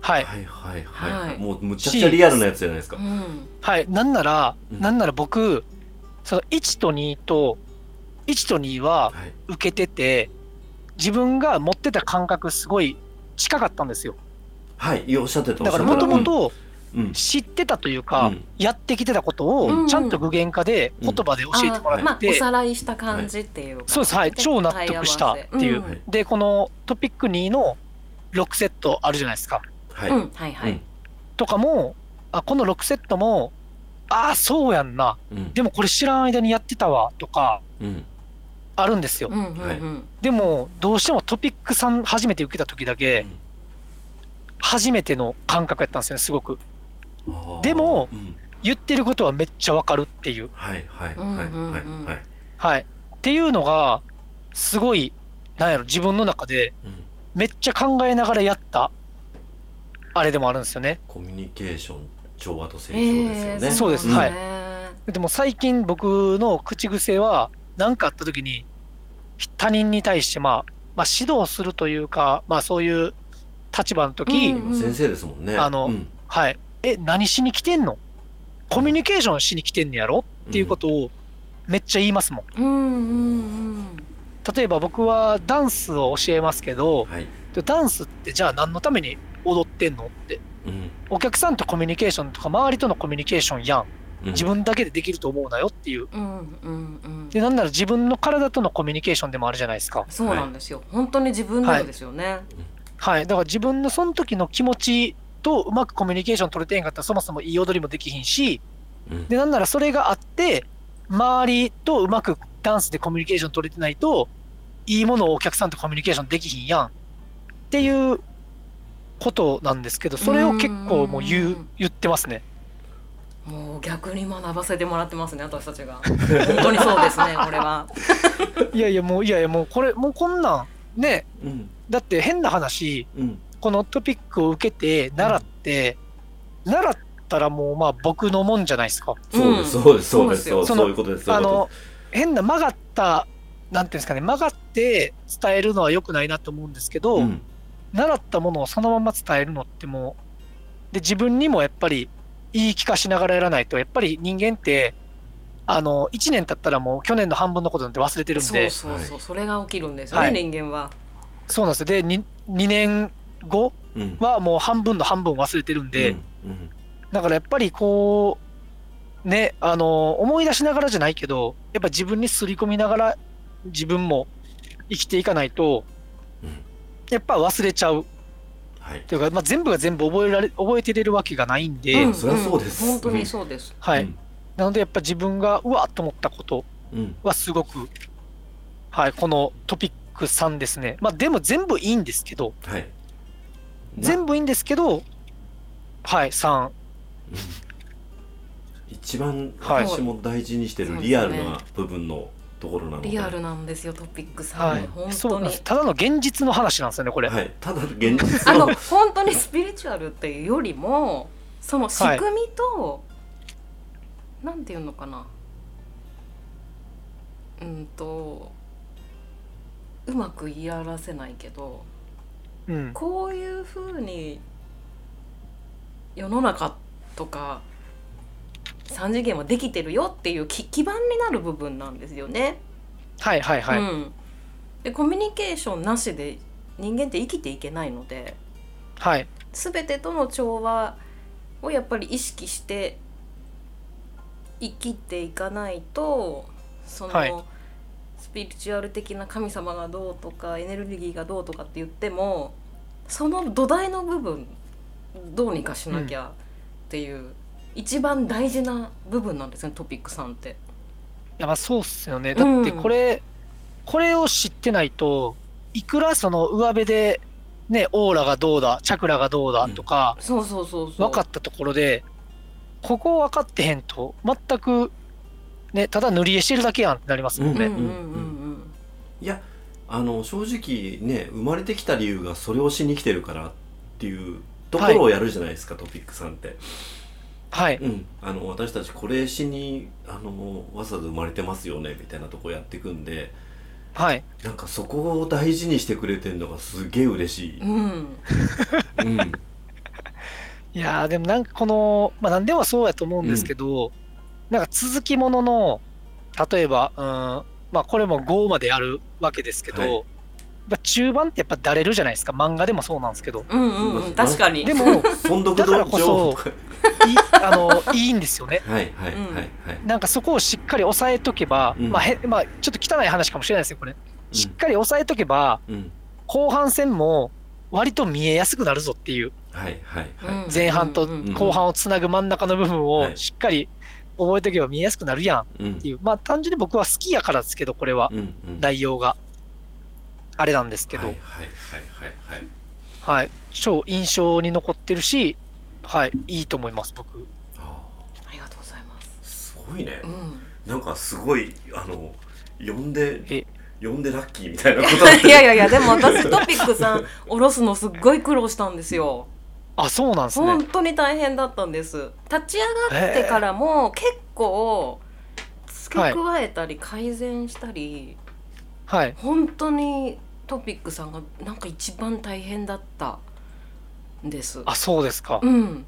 C: はい
A: はいはいはい、
B: はい
A: もうむちゃくちゃリアルなやつじゃないですか
B: あう。ん
C: はいなんなら、
A: うん
C: なんなら僕その1と2と1と2
A: は
C: は
A: い、
C: 受けてて自分が持ってた感覚すごい近かったんですよ
A: はい、おっしゃってた。
C: だから
A: おっ
C: も
A: しゃ
C: と
A: ってた
C: もと
A: うん、
C: 知ってたというか、
A: うん
C: やってきてたことをちゃんと具現化で
A: うん
C: 言葉で教えても
B: あーま
C: ら
B: あ
C: っ
B: お
C: て、
B: さらいした感じっていうか
C: そうですはい超納得したっていう、
B: ん
A: はい
C: でこのトピック2の6セットあるじゃないですか
A: はい、
B: うんはいはい
C: とかもあこの6セットもああそうやんな
A: うん、
C: でもこれ知らん間にやってたわとか
A: うん、
C: あるんですよ、
B: うんうん
A: はい
B: うん
C: でもどうしてもトピック3初めて受けた時だけ
A: うん
C: 初めての感覚やったんですよねすごく
A: あー
C: でも
A: うん、
C: 言ってることはめっちゃわかるっていう
A: はいはい
B: うん
A: はいはい
B: うんうん
A: はい、
C: はいっていうのがすごいなんやろ自分の中で
A: うん、
C: めっちゃ考えながらやったあれでもあるんですよね
A: コミュニケーション調和と成長ですよ
B: え
A: ね。
B: ー
C: そうです
B: なん
C: は
B: だ
C: い
B: ね
C: でも最近僕の口癖は何かあった時に他人に対してまあ、まあ、指導するというかまあそういう立場の時、
B: うん
A: 今先生ですもんね。
C: あの
A: うん、
C: はいえ何しに来てんのコミュニケーションしに来てんねやろっていうことをめっちゃ言いますもん
B: うんうんうん
C: 例えば僕はダンスを教えますけど
A: はい、
C: ダンスってじゃあ何のために踊ってんのって
A: うん、
C: お客さんとコミュニケーションとか周りとのコミュニケーションやん
A: うん
C: 自、分だけでできると思うなよっていう
B: うんうんうん
C: でなんなら自分の体とのコミュニケーションでもあるじゃないですか
B: そうなんですよ本当に自分のですよね
C: はいだから自分のその時の気持ちとうまくコミュニケーション取れてへんかったらそもそもいい踊りもできひんし
A: うん、
C: でなんならそれがあって周りとうまくダンスでコミュニケーション取れてないといいものをお客さんとコミュニケーションできひんやんっていうことなんですけどそれを結構もう言
B: う
C: うん言ってますね
B: もう逆に学ばせてもらってますね私たちが本当にそうですねこれはい
C: やいやもういやいやもうこれもうこんなんね
A: うん、
C: だって変な話
A: うん、
C: このトピックを受けて習って、習ったらもうまあ僕のもんじゃないですか。
A: そうです、そうです、そうです、
B: そう
A: そう
B: です
C: よ
A: そういうことです。そう
C: あ
A: いうこ
C: の変な曲がったなんていうんですかね曲がって伝えるのは良くないなと思うんですけど、
A: とです、うん、
C: 習ったものをそのまま伝えるのってもうで、自分にもやっぱり言い聞かしながらやらないと、やっぱり人間って、あの、1年経ったらもう去年の半分のことなんて忘れてるん
B: そう
C: で、
B: そうそう、
A: は
B: それが起きるんですよね、
C: はい
B: 人間は。
C: そうなんですよ。で、2, 2年後
A: うん
C: はもう半分の半分忘れてるんで、
A: うん
C: だからやっぱりこう、ね、あの、思い出しながらじゃないけど、やっぱ自分にすり込みながら自分も生きていかないと、
A: うん
C: やっぱ忘れちゃう
A: はい
C: というか、まあ、全部が全部覚えられ、覚えてれるわけがないんで、
A: そりゃそうです
B: 本当にそうです。
C: はい。
A: うん
C: なのでやっぱ自分がうわっと思ったこと
A: うん
C: はすごく、はい、このトピック3ですね。まあでも全部いいんですけど、
A: はい
C: 全部いいんですけど、はい、
A: う
C: 3。
A: ん一番
C: はい
A: 私も大事にしてる
B: はい
A: リアルな部分のところなので
B: リアルなんですよ、トピックさん。
C: はい
B: 本
C: そう
B: 当
C: なん
B: に
C: です。。ただの現実の話なんですよね、これ。
A: はいただ現
B: あ
A: 実
B: の
A: の
B: 本当にスピリチュアルっていうよりもその仕組みと、なんていうのかなうんとうまく言い表せないけど
C: うん。
B: こういうふうに世の中とか3次元はできてるよっていうき基盤になる部分なんですよね。
C: はいはいはい。
B: うん、でコミュニケーションなしで人間って生きていけないので。
C: はい。
B: 全てとの調和をやっぱり意識して生きていかないとその、
C: はい
B: スピリチュアル的な神様がどうとかエネルギーがどうとかって言ってもその土台の部分どうにかしなきゃっていう、一番大事な部分なんですねトピックさんって。
C: いやまあそうっすよね。だ
B: うん
C: ってこれ、これを知ってないと、いくらその上辺で、ね、オーラがどうだ、チャクラがどうだとか、
B: そうそうそうそう
C: 分かったところで、ここ分かってへんと、全く、ね、ただ塗り絵してるだけやんってなりますもん
B: うんうん
C: ね。
B: うんうん
A: いやあの正直ね生まれてきた理由がそれをしに来てるからっていうところをやるじゃないですか、トピックさんって、
C: はい。
A: うん、あの私たちこれしにあのわざわざ生まれてますよねみたいなとこやっていくんで
C: はい。
A: なんかそこを大事にしてくれてるのがすげえ嬉しい、
B: うんうん
A: うん、
C: いやーでもなんかこの、まあ何でもそうやと思うんですけど、なんか続きものの、例えば、うん、まあこれも5までやるわけですけど、
A: はい
C: やっぱ中盤ってやっぱだれるじゃないですか。漫画でもそうなんですけど。
B: うんうんうん確かに
C: でも、
A: 存続
C: だから
A: 道
C: こ
A: 場
C: そ
A: とか
C: いあのいいんですよね。
A: はいはいはい
B: うん
A: はい、
C: なんかそこをしっかり押さえとけば、
A: うん
C: まあへまあ、ちょっと汚い話かもしれないですよ、これ。しっかり押さえとけば、
A: うんうん
C: 後半戦も割と見えやすくなるぞっていう、
A: はいはいはい、
B: うん
C: 前半と
B: うんうんうん
C: 後半をつなぐ真ん中の部分
A: は
C: を
A: い
C: しっかり覚えとけば見えやすくなるやんっ
A: うん
C: ていう、まあ単純に僕は好きやからですけど、これは、
A: うんうん
C: 内容が。あれなんですけど、
A: は
C: はいい、
A: はいはいはいはい
C: 超印象に残ってるし、はい、いいと思います、僕。
A: あ
B: ありがとうございます。
A: ーすごいね、
B: うん
A: なんかすごいあの呼んで
C: え
A: 呼んでラッキーみたいなこと だった
B: いやいやいやでも私トピックさん下ろすのすっごい苦労したんですよ
C: あ、そうなんですね。
B: 本当に大変だったんです立ち上がってからも結構付け加えたり改善したり、
C: はい。
B: 本当にトピックさんがなんか一番大変だったんです
C: あ、そうですか。
B: うん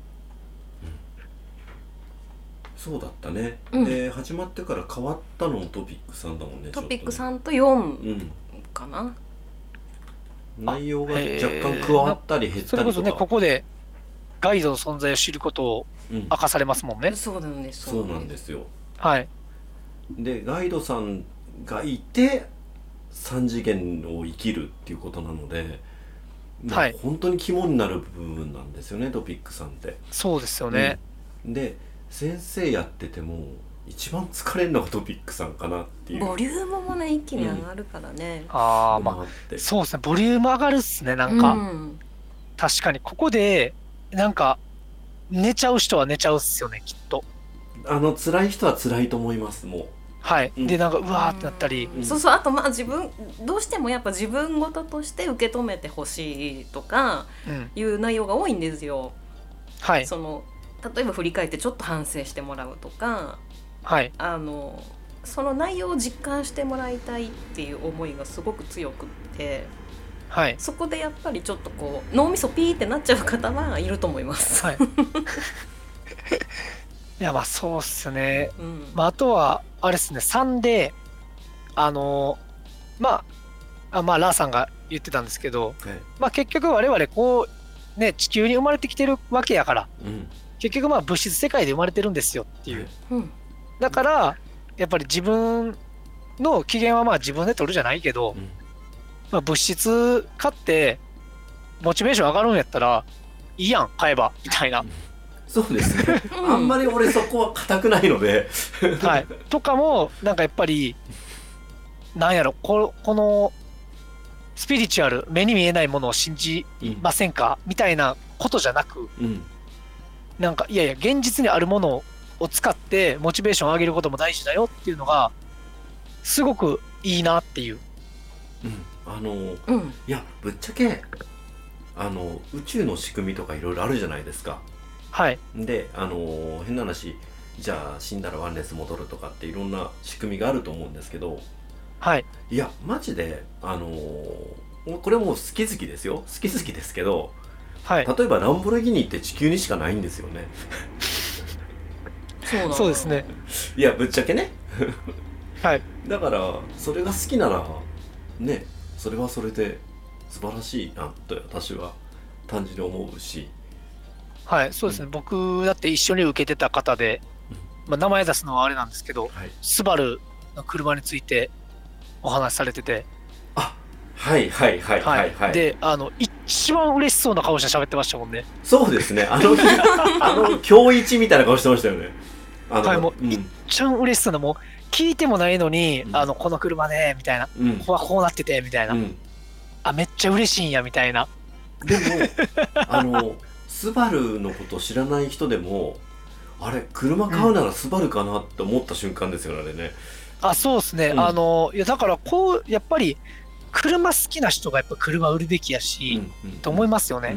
A: そうだったね、
B: うん
A: で始まってから変わったのもトピックさんだもんね
B: トピック
A: ん、
B: さんと
A: う
B: 4
A: ん
B: かな
A: 内容が
C: あ
A: 若
C: へー
A: 干加わったり減っ
C: そ
A: た
C: れ
A: り
C: ことそ
A: か
C: ね、ここでガイドの存在を知ることを
A: うん
C: 明かされますもんね。
B: そうなんです
A: そうなんですよ
C: はい。
A: でガイドさんがいて3次元を生きるっていうことなので、まあ
C: はい
A: 本当に肝になる部分なんですよねトピックさんって。
C: そうですよね。
A: うんで先生やってても一番疲れるのがトピックさんかなっていう
B: ボリュームもね一気に上がるからね、
C: ああ、
A: のも
C: ま
A: あって
C: あ、そうですね。ボリューム上がるっすね、なんか。
B: うん
C: 確かに、ここで、なんか、寝ちゃう人は寝ちゃうっすよね、きっと。
A: あの辛い人は辛いと思いますも
C: はい。
A: うん
C: で、なんか、うわーってなったり。
B: うんそうそうあとまあ自分どうしてもやっぱ自分事として受け止めてほしいとか
C: うん。
B: いう内容が多いんですよ。
C: はい。
B: その例えば振り返ってちょっと反省してもらうとか
C: はい。
B: あのその内容を実感してもらいたいっていう思いがすごく強くって
C: はい。
B: そこでやっぱりちょっとこう脳みそピーってなっちゃう方はいると思い ます。
C: はい。いや、まあ、そうっすね。
B: うん。
C: まあ、あとは、あれっすね、3で、あのーまあ、あまあ、ラーさんが言ってたんですけど、
A: え
C: まあ、結局我々、こう、ね、地球に生まれてきてるわけやから、
A: えうん
C: 結局まあ、物質世界で生まれてるんですよっていう。
B: うん。
C: だから、やっぱり自分の機嫌はまあ自分で取るじゃないけど、
A: うん
C: まあ、物質買って、モチベーション上がるんやったら、いいやん、買えば、みた いな。
A: そうです ねあんまり俺そこは硬くないので
C: はい、とかもなんかやっぱりなんやろここのスピリチュアル目に見えないものを信じ
A: うん
C: ませんかみたいなことじゃなく
A: うん
C: なんかいやいや現実にあるものを使ってモチベーションを上げることも大事だよっていうのがすごくいいなっていう
A: あの
B: うん。
A: いやぶっちゃけあの宇宙の仕組みとかいろいろあるじゃないですか
C: はい
A: であの変な話じゃあ死んだらワンレス戻るとかっていろんな仕組みがあると思うんですけど
C: はい
A: いやマジであのこれもう好き好きですよ好き好きですけど
C: はい
A: 例えばランボルギーニって地球にしかないんですよね
B: そうなの
C: そうです。ね
A: いやぶっちゃけね
C: はい
A: だからそれが好きならねそれはそれで素晴らしいなと私は単純に思うし
C: はいそうですね僕だって一緒に受けてた方で、まあ、名前出すのはあれなんですけど
A: はい
C: スバルの車についてお話しされてて
A: あはいはいはい
C: は、
A: はいいはい
C: であの一番嬉しそうな顔して喋ってましたもんね
A: そうですねあの日 あの今日一みたいな顔してましたよねあの
C: はいもう
A: うん
C: 一番嬉しそうなもう聞いてもないのに、
A: うん
C: あのこの車ねみたいな
A: うん
C: ここはこうなっててみたいな、
A: うん
C: あめっちゃ嬉しいんやみたいな
A: でもあのスバルのこと知らない人でもあれ車買うならスバルかなって思った瞬間ですよねあれね
C: あそうですね、
A: うん
C: あのいやだからこうやっぱり車好きな人がやっぱ車売るべきやし、と思いますよね、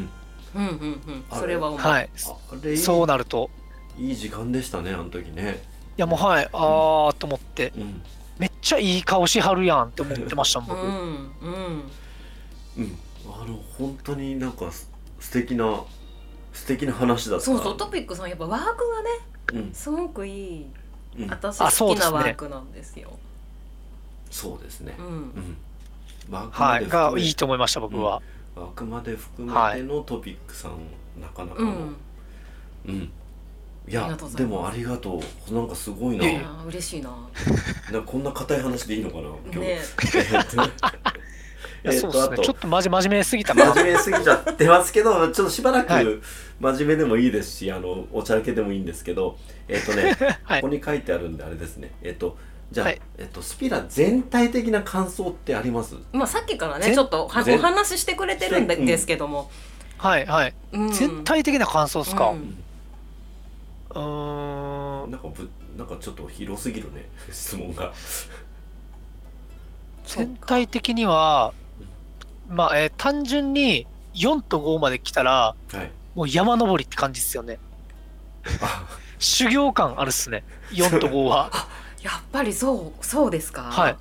A: うん
B: うんうんうん。
A: あれ
B: それは思う。
C: はい
A: あれ
C: そう
A: だ
C: なると
A: いい時間でしたねあの時ね
C: いやもうはいあーと思って
A: うん
C: めっちゃいい顔しはるやんって思ってましたもん
B: う
C: 僕、
B: んうん。
A: うん、あの本当になんかす素敵な素敵な話だった
B: そうそうトピックさんやっぱワークがね
A: うん
B: すごくいい
A: うん、
B: 私
C: あそう
B: 好き
C: ですね
B: なワークなんですよ。
A: そうですね
B: う、。
A: うんんまあ
C: は
A: あくまで含め
C: いがいいと思いました僕は、
A: あくまで含め
C: はい
A: てのトピックさん、なかなか
B: う
A: の
B: ん。
A: うん、い
B: あり
A: や
B: がとうござ
A: で
B: います
A: もありがとうなんかすごいない
B: いや
C: え
B: ー嬉しいな。
A: なんかこんな硬い話でいいのかな今日、
B: ね
C: いやそ
A: えっ
C: うですねち
A: と
C: ょ
A: あ
C: っ
A: と
C: とまじ真面目すぎたかな
A: 真面目すぎちゃってますけどちょっとしばら
C: はい
A: く真面目でもいいですしあのおちゃらけでもいいんですけどえっとね
C: はい
A: ここに書いてあるんであれですねえっとじゃあ、
C: はい
A: えっと、スピラ全体的な感想ってあります
B: まあさっきから
C: ぜ
B: ね
C: ん
B: ちょっとは
A: ぜん
B: お話ししてくれてるんで
A: うん
B: ですけども。
C: はいはい
B: うん
C: 全体的な感想ですか、
B: う
C: うんーん
A: なんかぶなんかちょっと広すぎるね質問が
B: そう
C: 全体的にはまあ、えー単純に4と5まで来たら
A: はい
C: もう山登りって感じです よね
A: あ
C: 修行感あるっすね4と5は
B: やっぱりそうそうですか。
C: はい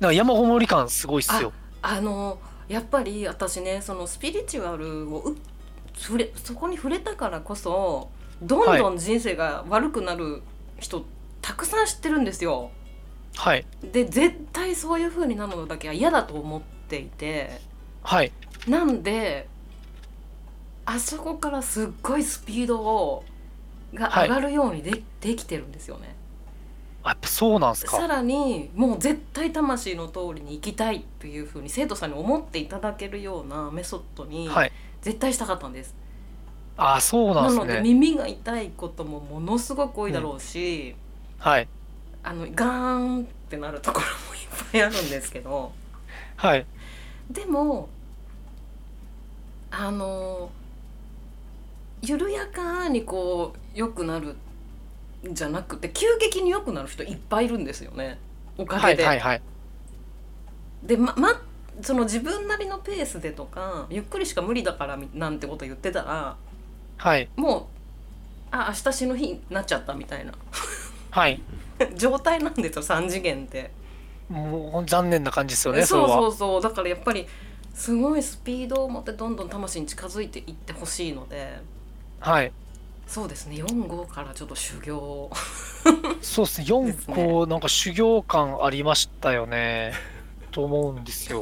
C: なんか山登り感すごいっすよ
B: あのやっぱり私ねそのスピリチュアルをう触れそこに触れたからこそどんどん人生が悪くなる人、たくさん知ってるんですよ。
C: はい
B: で絶対そういう風になるのだけは嫌だと思っていて
C: はい
B: なんであそこからすっごいスピードをが
C: はい
B: 上がるようにで,、できてるんですよね。
C: あやっぱそうなんす
B: さ
C: から
B: にもう絶対魂の通りに行きたいっていう風に生徒さんに思っていただけるようなメソッドに
C: はい
B: 絶対したかったんです。
C: あそうな
B: なんの
C: す
B: で
C: ね
B: 耳が痛いこともものすごく多いだろうし、
C: はい
B: あのガーンってなるところもいっぱいあるんですけど
C: はい
B: でもあの緩やかにこう良くなるんじゃなくて急激に良くなる人いっぱいいるんですよねおか
C: は
B: げ
C: い
B: で。
C: はいはい
B: でままその自分なりのペースでとかゆっくりしか無理だからみなんてこと言ってたら
C: はい
B: もうあ明日死ぬ日になっちゃったみたいな
C: はい
B: 状態なんですよ3次元って。
C: もう残念な感じですよねそ
B: そ
C: れ
B: う
C: は
B: そうそうだからやっぱりすごいスピードを持ってどんどん魂に近づいていってほしいので
C: はい。
B: そうですね45からちょっと修行を
C: そうです ね。
B: ですね
C: 4個、なんか修行感ありました よね。と思うんですよ。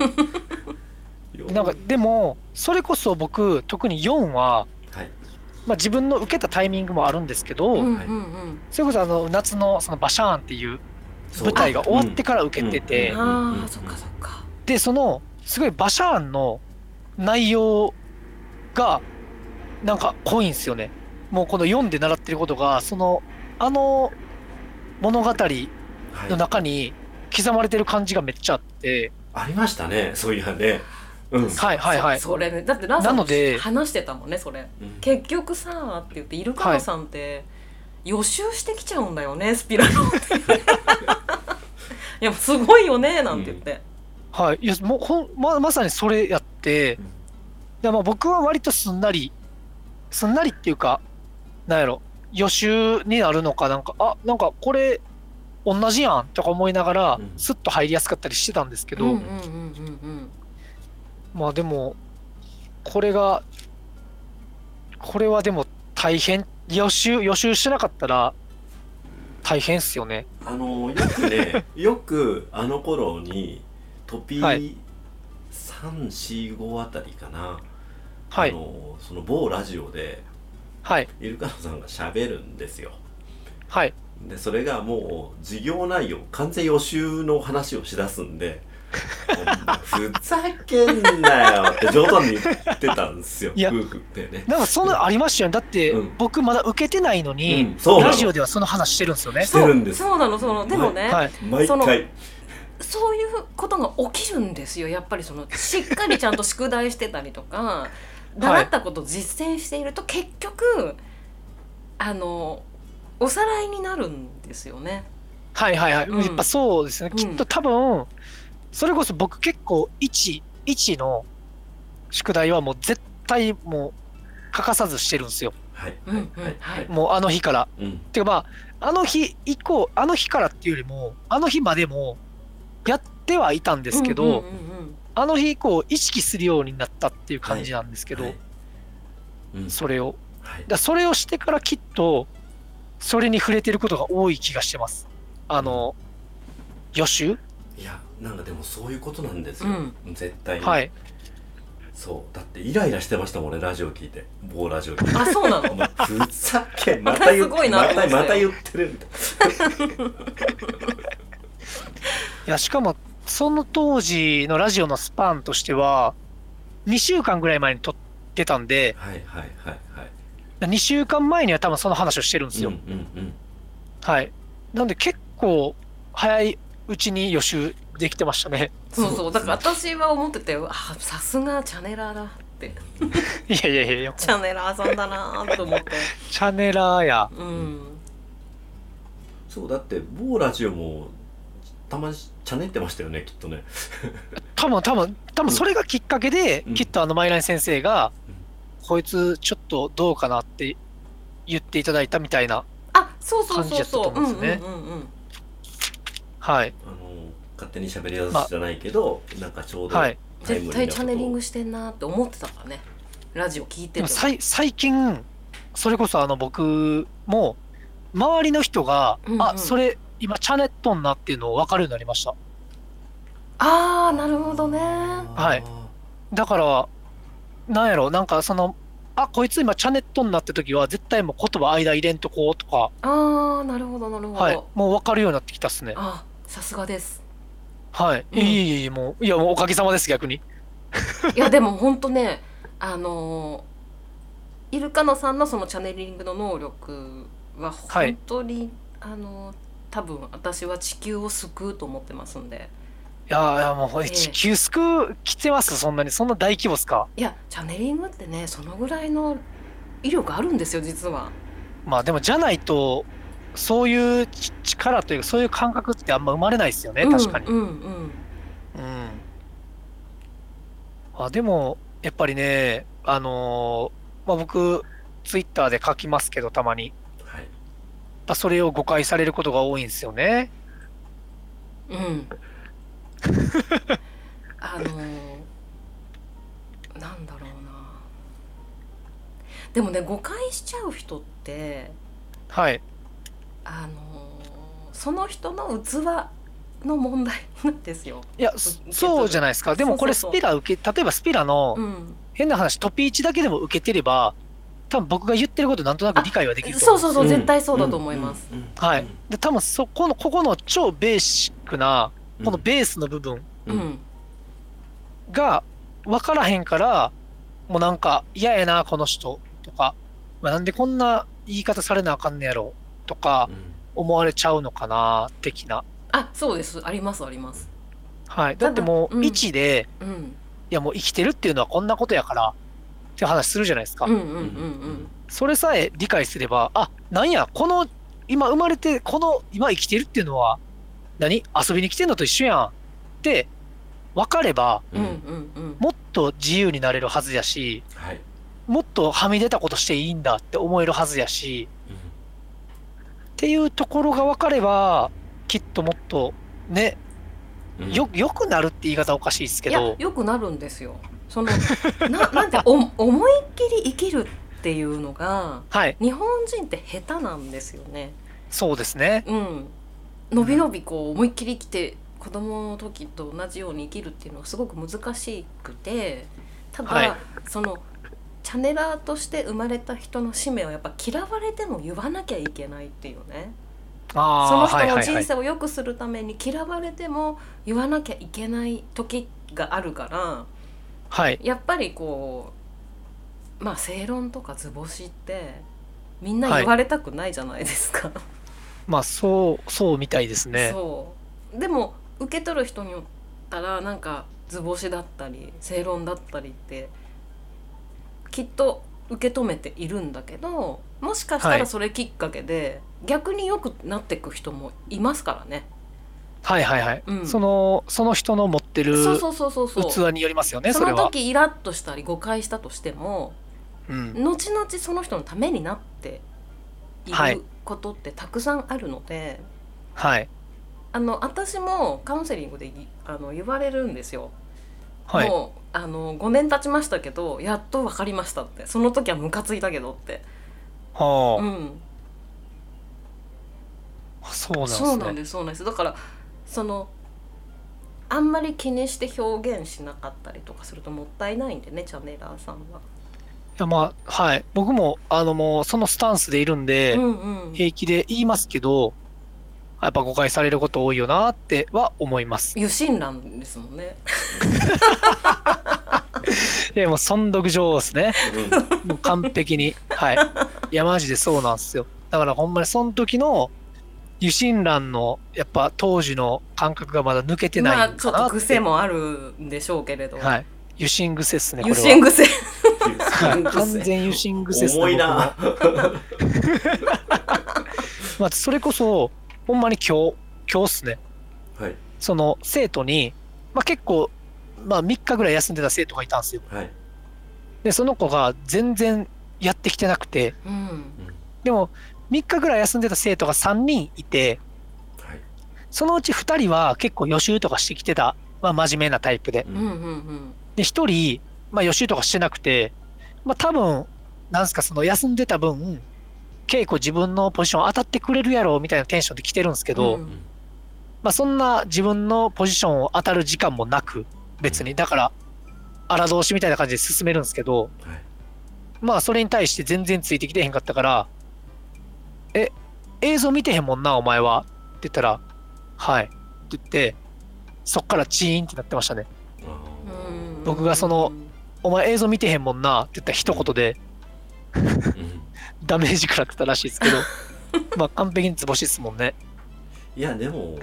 C: なんか、でも、それこそ僕、特に4は、
A: はい
C: まあ、自分の受けたタイミングもあるんですけど、
B: うんうん
A: はい
B: うん
C: それこそあの夏のそのバシャーンっていう舞台が終わってから受けてて、
A: うんうん
B: ああそっかそっか
C: でそのすごいバシャーンの内容がなんか濃いんですよねもうこの読んで習ってることがそのあの物語
A: はい
C: の中に刻まれてる感じがめっちゃあって、
A: ありましたねそういやねうん、
C: はい、はいはい
B: そそれねだってランさん
C: なので
B: 話してたもんねそれ
A: うん
B: 結局さって言ってイルカノさんって、予習してきちゃうんだよねスピラ ノっていやすごいよねなんて言って、
C: はいいやもうほんままさにそれやって
A: うん
C: で、まあ、僕は割とすんなりすんなりっていうかなんやろ予習になるのかなんかあなんかこれ同じやんとか思いながら、
A: うん
C: スッと入りやすかったりしてたんですけ
B: う
C: ど、
B: んうんうんうん
C: まあでもこれがこれはでも大変予習予習してなかったら大変っすよね
A: あのよく ねよくあの頃にトピ
C: は
A: ー345あたりかな、
C: は
A: あ
C: い
A: のその某ラジオで
C: はい
A: イルカノさんが喋るんですよ
C: はい
A: でそれがもう授業内容完全予習の話をしだすん でほんまふざけんなよって冗談に言ってたんですよ
C: いや
A: 夫婦ってね
C: なんかそんなのありましたよねだって
A: うん
C: 僕まだ受けてないのに、
A: うんそうなの
C: ラジオではその話してるんですよね
A: し。てるんです
B: そうそうなのそうなのでもね、
C: はい、
A: 毎
B: その
A: 回
B: そういうことが起きるんですよやっぱりそのしっかりちゃんと宿題してたりと か習ったことを実践していると結局あのおさらいになるんですよね。
C: はいはいはい、
B: うん
C: やっぱそうですね、
B: うん
C: きっと多分それこそ僕結構1一の宿題はもう絶対もう欠かさずしてるんですよ
A: はい
B: うんうん
A: はいはい
C: もうあの日から
A: うん
C: てかまああの日以降あの日からっていうよりもあの日までもやってはいたんですけど、
B: うんうんうん
C: あの日以降意識するようになったっていう感じなんですけど、
A: はいうん
C: それを
A: はい
C: だからそれをしてからきっとそれに触れてることが多い気がしてますあの予習
A: いやなんかでもそういうことなんです
B: う
A: よ、
B: ん
A: 絶対に、
C: はい
A: そうだってイライラしてましたもんねラジオ聞いて某ラジオ聞いて
B: うんあそうな
A: お
B: の
A: 前ふざけんまた言っ
B: またすごい
A: て
B: な
A: ま
B: と思ったて
A: また言ってるみたい
C: いやしかもその当時のラジオのスパンとしては2週間ぐらい前に撮ってたんで
A: なはいはいはいはい
C: 2週間前には多分その話をしてるんです
A: うん
C: よ、
A: うん
C: はいなんで結構早いうちに予習できてましたね
B: そうそうだから
A: そう
B: 私は思っててあさすがチャネラーだって
C: いやいやいやいや
B: チャネラーさんだなーと思って
C: チャネラーや
B: うん
A: そうだって某ラジオもたまにチャネってましたよねきっとね
C: 多分多分多分それがきっかけで、
A: うん
C: きっとあのマイライン先生が、
A: うん
C: こいつちょっとどうかなって言っていただいたみたいな
B: あそうそうそうそう
C: 感じだったと思うんですね
B: うんうんうんうん
C: はい
A: あの勝手に喋りやすじゃないけど、なんかちょうど
C: はい
A: タイムリーなこと
B: 絶対チャネリングしてんなーって思ってたからねラジオ聞いてて
C: でもさい最近それこそあの僕も周りの人が、
B: うんうん
C: あそれ今チャネットンなっていうのを分かるようになりました
B: ああなるほどね
C: はいだからなんやろなんかそのあこいつ今チャネットンなって時は絶対もう言葉間入れんとこうとか、
B: ああなるほどなるほど、
C: はい、もう分かるようになってきたっすね
B: あさすがです
C: はい、
B: うん
C: いえいえいえもういやもうおかげさまです逆に
B: いやでもほんとねあのーイルカナさんのそのチャネリングの能力は
C: はい
B: 本当に、あのー多分私は地球を救うと思ってますんで
C: いやーいやもう
B: ええ
C: 地球救う来てますそんなにそんな大規模っすか
B: いやチャネリングってねそのぐらいの威力あるんですよ実は
C: まあでもじゃないとそういうち力というかそういう感覚ってあんま生まれないですよね確かに、
B: うんうんうん
C: うんあでもやっぱりねあのーまあ、僕ツイッターで書きますけどたまにやっ
A: はい
C: ぱそれを誤解されることが多いんですよね
B: うんあのーでもね誤解しちゃう人って
C: はい。
B: あのーその人の器の問題なんですよ。
C: いや、そそうじゃないですか。でもこれ
B: そ
C: ス
B: うそうそう
C: ピラ受け、例えばスピラの
B: うん、
C: 変な話、トピ1だけでも受けてれば、多分僕が言ってることなんとなく理解はできると
B: そ
C: 思
B: う
C: う。
B: そうそう、絶対そうだと思います。。
A: うんうんうん
C: はい。で、多分そこの、ここの超ベーシックな、このベースの部分
B: うん、
C: が分からへんから、もうなんか嫌やな、この人とか、まあなんでこんな言い方されなあかんねやろとか思われちゃうのかな、的な。
B: あ、そうです、ありますあります。
C: はい。だっても
B: ただうん
C: う、一で、
B: うん、
C: いやもう生きてるっていうのはこんなことやから、って話するじゃないですか。
B: うんうんうんうん。
C: それさえ理解すれば、あなんや、この、今生まれて、この、今生きてるっていうのは、何遊びに来てんのと一緒やんって分かれば、
B: うんうんうん。
C: もっと自由になれるはずやし、
A: はい。
C: もっとはみ出たことしていいんだって思えるはずやし、っていうところが分かれば、きっともっと、ね、
A: うん
C: よ、よくなるって言い方おかしいですけ
B: いや
C: ど、
B: よくなるんですよ。そのな なんてお思いっきり生きるっていうのが
C: はい、
B: 日本人って下手なんですよね。
C: そうですね。
B: うん。のびのびこう思いっきり生きて子供の時と同じように生きるっていうのがすごく難しくてただ、
C: はい
B: そのチャネラーとして生まれた人の使命はやっぱ嫌われても言わなきゃいけないっていうね。そ
C: あ
B: の
C: あ、
B: 人
C: はい
B: の
C: はいは
B: 人
C: い
B: 生。を良くするために嫌われても言わなきゃいけない時があるから
C: はい、
B: やっぱりこうまあ正論とか図星ってみんな
C: はい
B: 言われたくないじゃないですか。
C: まあ、そう、そうみたいですね。
B: そうでも受け取る人によったらなんか図星だったり正論だったりってきっと受け止めているんだけどもしかした
C: は
B: ら
C: い
B: それきっかけで、逆によくなっていく人もいますからね。
C: はいはいはい、
B: うん
C: そのその人の持ってる
B: そうそうそうそうそう
C: 器によりますよねそ
B: そ
C: れ
B: の
C: は
B: 時イラッとしたり誤解したとしても
C: うん、
B: 後々その人のためになってい
C: はい
B: ることってたくさんあるので、
C: はい
B: あの私もカウンセリングでいあの言われるんですよ。
C: はい
B: もうあの5年経ちましたけどやっと分かりましたってその時はムカついたけどって、
C: はあ、
B: うん、
C: そうなんです
B: そうなん
C: ね
B: ですそうなんですだからそのあんまり気にして表現しなかったりとかするともったいないんでねチャネラーさんは。
C: いやまあはい僕もあのもうそのスタンスでいるんで、
B: うんうん、
C: 平気で言いますけどやっぱ誤解されること多いよなっては思 います
B: 油心乱ですもんね。
C: でもう損得上ですね
A: うん
C: もう完璧にはいいやマジでそうなんですよだからほんまにその時の油心乱のやっぱ当時の感覚がまだ抜けて
B: ま
C: な
B: あ
C: いの
B: ちょ
C: か
B: っ
C: な
B: と
C: って、
B: 癖もあるんでしょうけれど、
C: はい油心癖ですねこれ
B: 油心
C: は
B: 癖
C: はい完全油心癖ですね
A: 重 いな。
C: 僕もまあ、それこそほんまに今日今日っすね
A: はい
C: その生徒に、まあ、結構、まあ、3日ぐらい休んでた生徒がいたんですよ
A: はい。
C: でその子が全然やってきてなくて
B: うん
C: でも3日ぐらい休んでた生徒が3人いて
A: はい。
C: そのうち2人は結構予習とかしてきてた、まあ、真面目なタイプで
B: うんうんうん
C: で1人、まあ、予習とかしてなくて、まあ、多分なんすかその休んでた分稽古自分のポジション当たってくれるやろみたいなテンションで来てるんですけど、
B: うん
C: まあ、そんな自分のポジションを当たる時間もなく別にだから荒通しみたいな感じで進めるんですけど
A: はい。
C: まあそれに対して全然ついてきてへんかったから「え映像見てへんもんなお前は」って言ったら「はい」って言ってそっからチーンってなってましたね
A: あ
B: うんうん
C: 僕がその「お前映像見てへんもんな」って言った一言で
A: ーうん
C: ダメージ食らってたらしいですけどまあ完璧に図星ですもんね
A: いやでも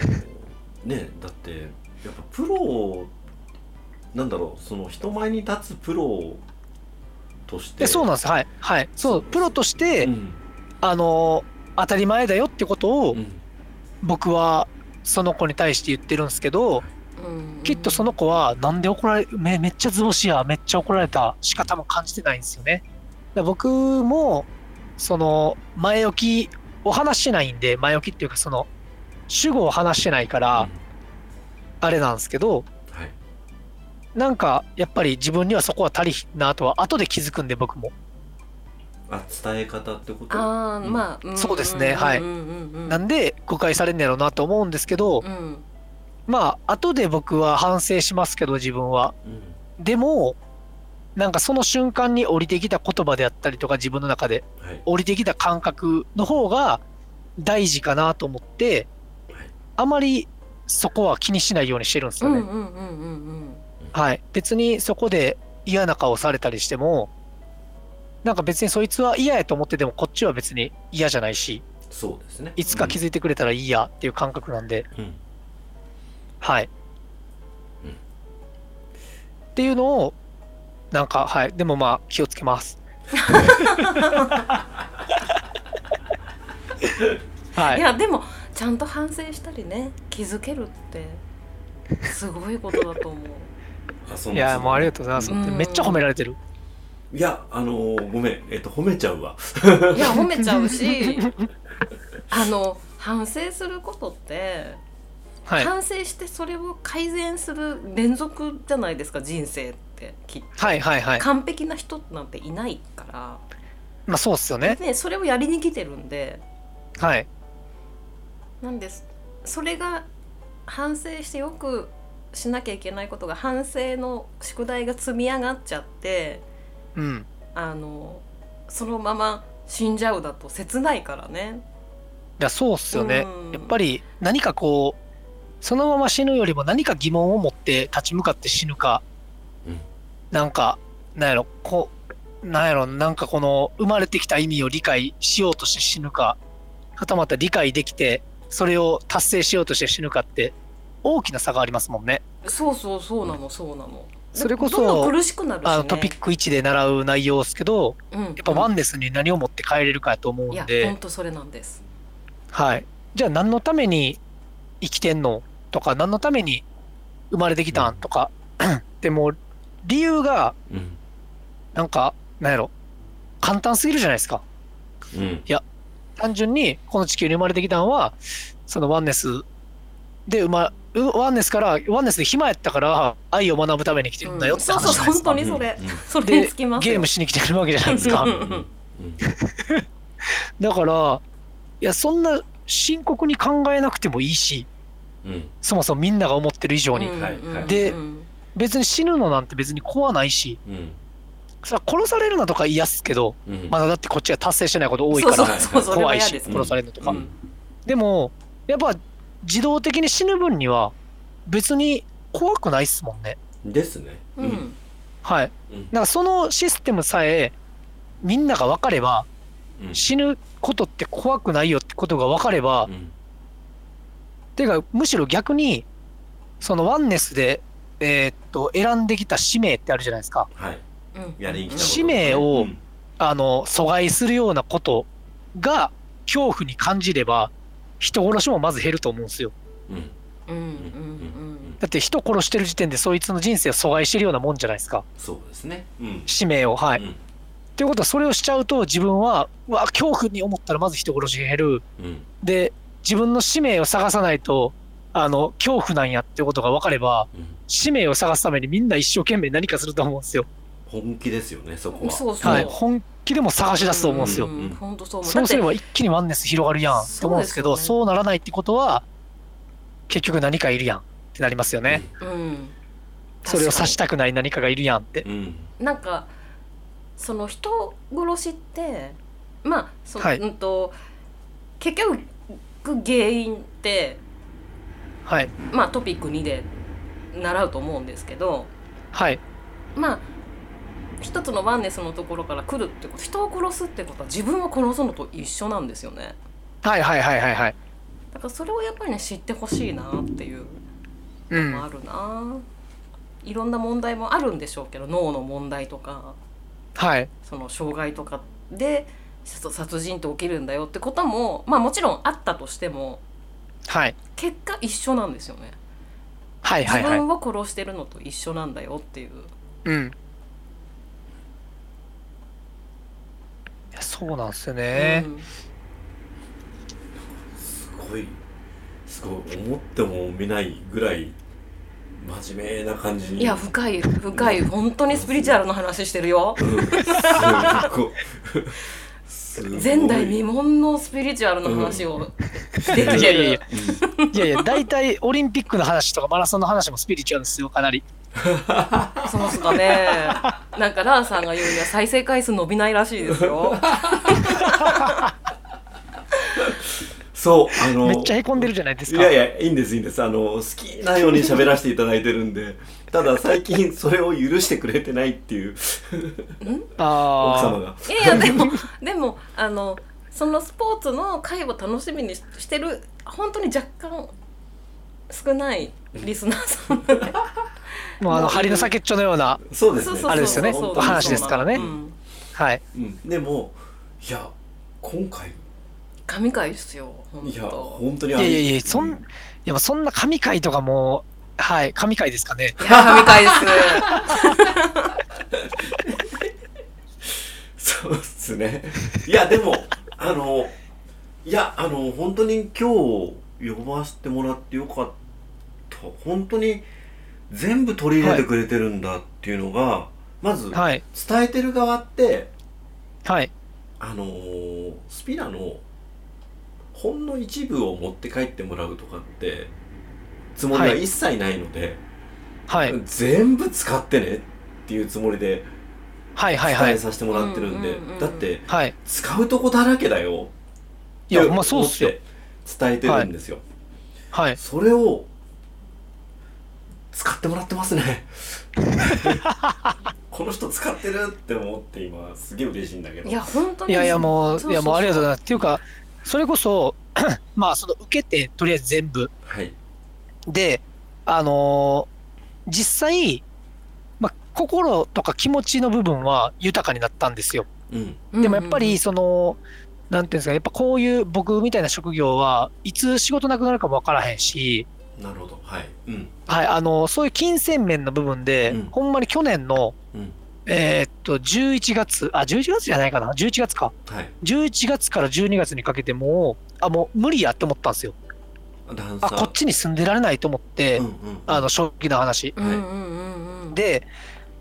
A: ねだってやっぱプロなんだろうその人前に立つプロとして。
C: でそうなんですはいはいそうプロとして、
A: うん
C: あの当たり前だよってことを、
A: うん
C: 僕はその子に対して言ってるんですけど
B: うんうん
C: きっとその子はなんで怒られめめっちゃ図星やめっちゃ怒られた仕方も感じてないんですよね。だから僕もその前置きを話してないんで前置きっていうかその主語を話してないからあれなんですけど
A: はい。
C: なんかやっぱり自分にはそこは足りひんなとは後で気づくんで僕も
A: あ伝え方ってこと
B: あー
A: うん
B: まあ、ん
C: そうですねはい
B: うんうんうん
C: なんで誤解されんねやろうなと思うんですけど、
B: うん
C: まあ後で僕は反省しますけど自分は
A: うん
C: でもなんかその瞬間に降りてきた言葉であったりとか自分の中で
A: はい
C: 降りてきた感覚の方が大事かなと思って
A: はい
C: あまりそこは気にしないようにしてるんです
B: う
C: よ
B: ん
C: ね、
B: うんうんうん
C: はい別にそこで嫌な顔されたりしてもなんか別にそいつは嫌やと思っててもこっちは別に嫌じゃないし
A: そうですね
C: いつか気づいてくれたらいいやっていう感覚なんで、
A: うん
C: はい、
A: うん
C: っていうのをなんかはいでもまあ気をつ けます。
B: う
C: は
B: んい
C: い、
B: やでもちゃんと反省したりね気づけるってすごいことだと思う
A: あそう
C: い
A: なんですね
C: やもうありがとうございます、
B: うん
C: めっちゃ褒められてる
A: いやあのーごめんえっと褒めちゃうわ
B: いや褒めちゃうしあの反省することって、
C: はい
B: 反省してそれを改善する連続じゃないですか人生ってきっと
C: はいはいはい
B: 完璧な人なんていないか
C: まあそうっすよ
B: ら
C: ね
B: で、ね、それをやりに来てるんで
C: はい
B: なんですそれが反省してよくしなきゃいけないことが反省の宿題が積み上がっちゃって
C: うん
B: あのそのまま死んじゃうだと切ないからね。
C: いやそうっすよね、
B: うん
C: やっぱり何かこうそのまま死ぬよりも何か疑問を持って立ち向かって死ぬか、
A: うん
C: なんかなんやろこうなんやろなんかこの生まれてきた意味を理解しようとして死ぬかはたまた理解できてそれを達成しようとして死ぬかって大きな差がありますもんね。
B: そうそうそうなのそうなの。
C: それこそ
B: どんどん苦しくなるし、ね、
C: あのトピック1で習う内容ですけど
B: うん、や
C: やっぱワンネスに何を持って帰れるかやと思うん
B: い
C: で。
B: や本当それなんです。
C: はい、じゃあ何のために生きてんのとか何のために生まれてきたんとか、でも理由が
A: うん
C: なんかなんやろ簡単すぎるじゃないですか
A: うん
C: 単純にこの地球に生まれてきたんはそのワンネスで生まうワンネスからワンネスで暇やったから愛を学ぶために生きてるんだよって
B: うんそう
C: 話じ
B: そ
C: ゃ
B: う
C: ないで
B: 本当にそ
C: すか、
B: れ、
A: うん
B: それにつきますよ。
C: ゲームしに来てるわけじゃないです
B: う
C: か
B: ん
A: うん
C: だからいやそんな深刻に考えなくてもいいし
A: うん
C: そもそもみんなが思ってる以上に、
B: うん
A: はいはい
C: で
B: うん
C: 別に死ぬのなんて別に怖ないし
A: うん
C: それは殺されるなとか嫌っすけど
A: うん
C: まだだってこっちは達成してないこと多いから
B: そうそうそうそれは
C: 怖い
B: 嫌
C: し
B: です
A: ね
C: 殺されるのとか、
A: うん
C: でもやっぱ自動的に死ぬ分には別に怖くないっすもんね
A: ですね
B: うんうん
C: はい
A: うん
C: だからそのシステムさえみんなが分かれば
A: うん
C: 死ぬことって怖くないよってことが分かれば、
A: うん
C: ていうかむしろ逆にそのワンネスでえーっと選んできた使命ってあるじゃないですか
A: はい
B: うん
A: やりに来たこと
C: 使命を
A: うん
C: あの阻害するようなことが恐怖に感じれば人殺しもまず減ると思うんですよ
A: うん
B: うんうん
C: だって人殺してる時点でそいつの人生を阻害してるようなもんじゃないですか
A: そうですねうん
C: 使命をはい、
A: うん
C: っていうことはそれをしちゃうと自分はうわ恐怖に思ったらまず人殺し減る
A: うん
C: で自分の使命を探さないとあの恐怖なんやってことが分かれば
A: うん
C: 使命を探すためにみんな一生懸命何かすると思うんですよ、
A: 本気ですよねそこ
B: うん
A: は
B: そうそう。
C: はい、本気でも探し出すと思うんですよ、
A: ん
B: う本当そう思う。
C: そうすれ
B: だっ
C: ば一気にワンネス広がるやんって思うんですけ
B: そう
C: ど
B: ですよ
C: そうならないってことは結局何かいるやんってなりますよね、
B: てうん。
C: それを刺したくない何かがいるやんって
A: うん
B: なんかその人殺しってまあその、
C: はい
B: うんと結局原因って
C: はい
B: まあトピック2で習うと思うんですけど
C: はい
B: まあ一つのワンネスのところから来るってこと人を殺すってことは自分を殺すのと一緒なんですよね
C: はいはいはいはいはい
B: だからそれをやっぱりね知ってほしいなっていう
C: う
B: のもあ
C: ん
B: るな、いろんな問題もあるんでしょうけど脳の問題とか
C: はい
B: その障害とかで殺殺人って起きるんだよってこともまあもちろんあったとしても
C: はい
B: 結果一緒なんですよね
C: はいは
B: 自
C: いはい
B: 分を殺してるのと一緒なんだよっていう、
C: うんいやそうなんですよね、
B: うん
A: すごいすごい思っても見ないぐらい真面目な感じに
B: いや深い深い本当にスピリチュアルの話してるよ
A: うんすごいすごい
B: 前代未聞のスピリチュアルの話をでき
C: い
B: て
C: やいやいや
B: る
A: うん
C: いやいや、大体オリンピックの話とかマラソンの話もスピリチュアルですよ、かなり。
B: そうっすかねなんかラーさんが言うには再生回数伸びないらしいですよ
A: そうあの
C: めっちゃへこんでるじゃないです
A: い
C: か。
A: やいやいいんですいいんですあの好きなように喋らせていただいてるんでただ最近それを許してくれてないっていう奥様が
C: あ
B: い やいやでもでもあのそのスポーツの会を楽しみにししてる本当に若干少ないリスナーさんなんで
C: あ、もうあの、針の先っちょのような、
A: そうですね
C: あれですよね
B: そうそうそう
C: 話ですからね
B: うん
C: はい。
A: うんでもいや今回
B: 神回ですよ本
A: いや
B: 当
A: 本当に
C: い
A: あ
C: や
A: れ
C: いやいや、そん、いやもうそんな神回とかもう、はい、神回ですかね。
B: いや神回です
A: そうっすねいやでもあのいやあの本当に今日呼ばせてもらってよかった本当に全部取り入れてくれてるんだっていうのが、まず
C: はい、
A: 伝えてる側って
C: はい、
A: あのースピナのほんの一部を持って帰ってもらうとかってつもりは
C: はい
A: 一切ないので、
C: はい、
A: 全部使ってねっていうつもりで
C: はい、はい、は
A: 伝え
C: い。
A: させてもらってるんで、
B: うんうんうんうん
A: だって
C: はい。
A: 使うとこだらけだよ
C: いや、
A: って
C: まあそうっすよ
A: 思。って伝えてるんですよ、
C: はい。
A: それを使ってもらってます ねこの人使ってるって思って今すげえ嬉しいんだけど
B: いや本当
C: い
B: に
C: やいや、も、
B: そうそうう
C: いやもうありがとうございます。っていうか、それこそ、 まあ、その受けて、とりあえず全部。
A: はい
C: で、あのー実際、まあ、心とか気持ちの部分は豊かになったんですよ。
A: うん
B: うん
C: でもやっぱりその、なんていうんですか、やっぱこういう僕みたいな職業はいつ仕事なくなるかもわからへんし、
A: なるほどはいうん
C: はい、あの、そういう金銭面の部分で、
A: うん
C: ほんまに去年の、
A: うん
C: えーっと、11月、あ、11月じゃないかな、11月か。
A: はい
C: 11月から12月にかけてもう、あ、もう無理やって思ったんですよ。
A: ダンサ
C: あ、
A: ー
C: こっちに住んでられないと思って、
A: うんうん
C: あの、正気な話。
B: うんうんうんうん
C: で、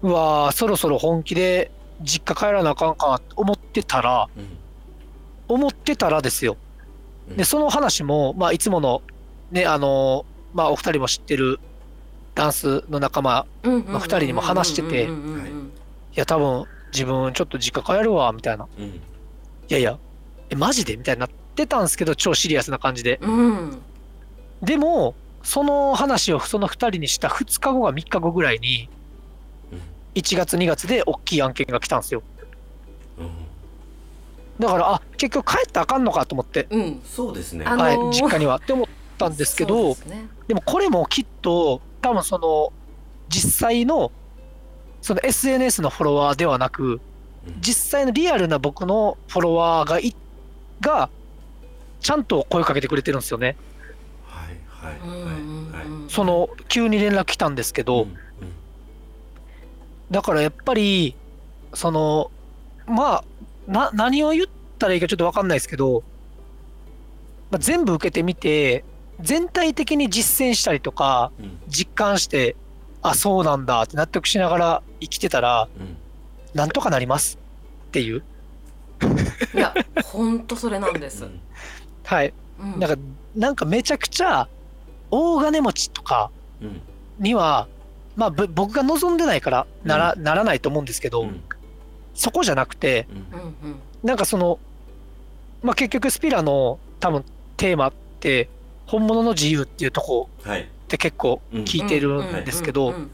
C: うわーそろそろ本気で実家帰らなあかんかなと思ってたら、
A: うん
C: 思ってたらですよ。
A: うん
C: で、その話も、まあ、いつもの、ね、あの、まあ、お二人も知ってるダンスの仲間、
B: うんうん
C: まあ二人にも話してて
B: うんうんうんうん
A: はい
C: いや、多分、自分ちょっと実家帰るわ、みたいな。
A: うん
C: いやいや、え、マジでみたいになってたんですけど、超シリアスな感じで。
B: うん
C: でも、その話をその二人にした2日後が3日後ぐらいに、1月2月で大きい案件が来たんですよ。
A: うんうん
C: だから、あ、結局帰ったらあかんのかと思って。
B: うん
A: そうですね
B: あの
C: はい
B: ー、
C: 実家にはって思ったんですけ
B: そう
C: ど
B: で、すね
C: でもこれもきっと多分その実際のその SNS のフォロワーではなく
A: うん
C: 実際のリアルな僕のフォロワーがいがちゃんと声かけてくれてるんですよね。
A: はいはい
B: うんうん
A: はいはい
B: うん
C: その急に連絡来たんですけど、
A: うんうん
C: だからやっぱりそのまあな何を言ったらいいかちょっと分かんないですけど、まあ、全部受けてみて全体的に実践したりとか
A: うん
C: 実感してあそうなんだって納得しながら生きてたら
A: うん
C: なんとかなりますっていう
B: いや本当それなんです
A: う、ん
C: はい
B: うん
C: なんかなんかめちゃくちゃ大金持ちとか
A: うん
C: にはまあぶ僕が望んでないからなら,、ならないと思うんですけど、
A: うん
C: そこじゃなくて
A: うん
B: うんうん
C: なんかそのまあ結局スピラの多分テーマって本物の自由っていうとこ
A: はい
C: って結構
A: うん
C: 聞いてるんですけ
B: う
C: ど、
B: んうんうん
C: ま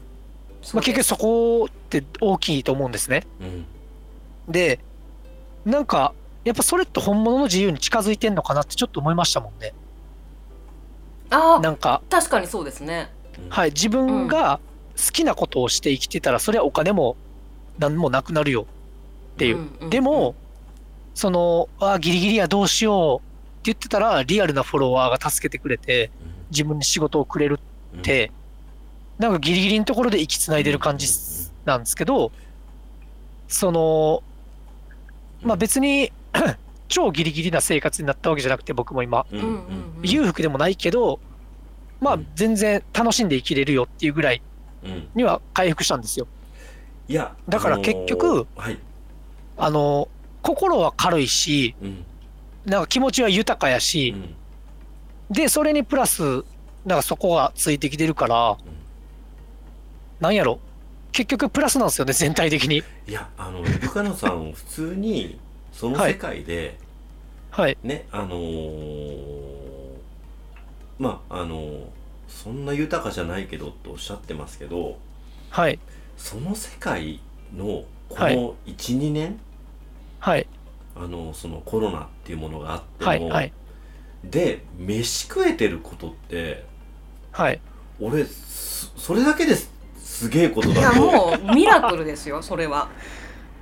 C: あ、結局そこって大きいと思うんですね。
A: うん
C: でなんかやっぱそれって本物の自由に近づいてんのかなってちょっと思いましたもんね
B: ああ
C: なんか
B: 確かにそうですね
A: うん
C: はい自分が好きなことをして生きてたらそれはお金も何もなくなるよっていう、
B: んん
C: でもそのあーギリギリやどうしようって言ってたらリアルなフォロワーが助けてくれて自分に仕事をくれる
A: うん
C: って、なんかギリギリのところで息つないでる感じっすなんですけどそのまあ別に 超ギリギリな生活になったわけじゃなくて僕も今
A: うん
B: う
A: うん
B: うんんうん
C: 裕福でもないけど、まあ全然楽しんで生きれるよっていうぐらい
A: うん、
C: には回復したんですよ。
A: いや
C: だから
A: あのー
C: 結局
A: はい、
C: あの心は軽いし
A: うん
C: なんか気持ちは豊かや
A: う
C: し、
A: ん
C: でそれにプラスなんかそこがついてきてるから、なんやろ結局プラスなんですよね全体的に。
A: いやあの深野さん普通にその
C: はい
A: 世界で、
C: はい、
A: ねあのーまああのーそんな豊かじゃないけどとおっしゃってますけど
C: はい、
A: その世界のこ
C: はい
A: の12、年
C: はい、
A: あのそのコロナっていうものがあっても、
C: はい、はい、
A: で飯食えてることって
C: はい。
A: 俺すそれだけですすげえこと
B: い
A: だ
B: や
A: と
B: もうミラクルですよそれは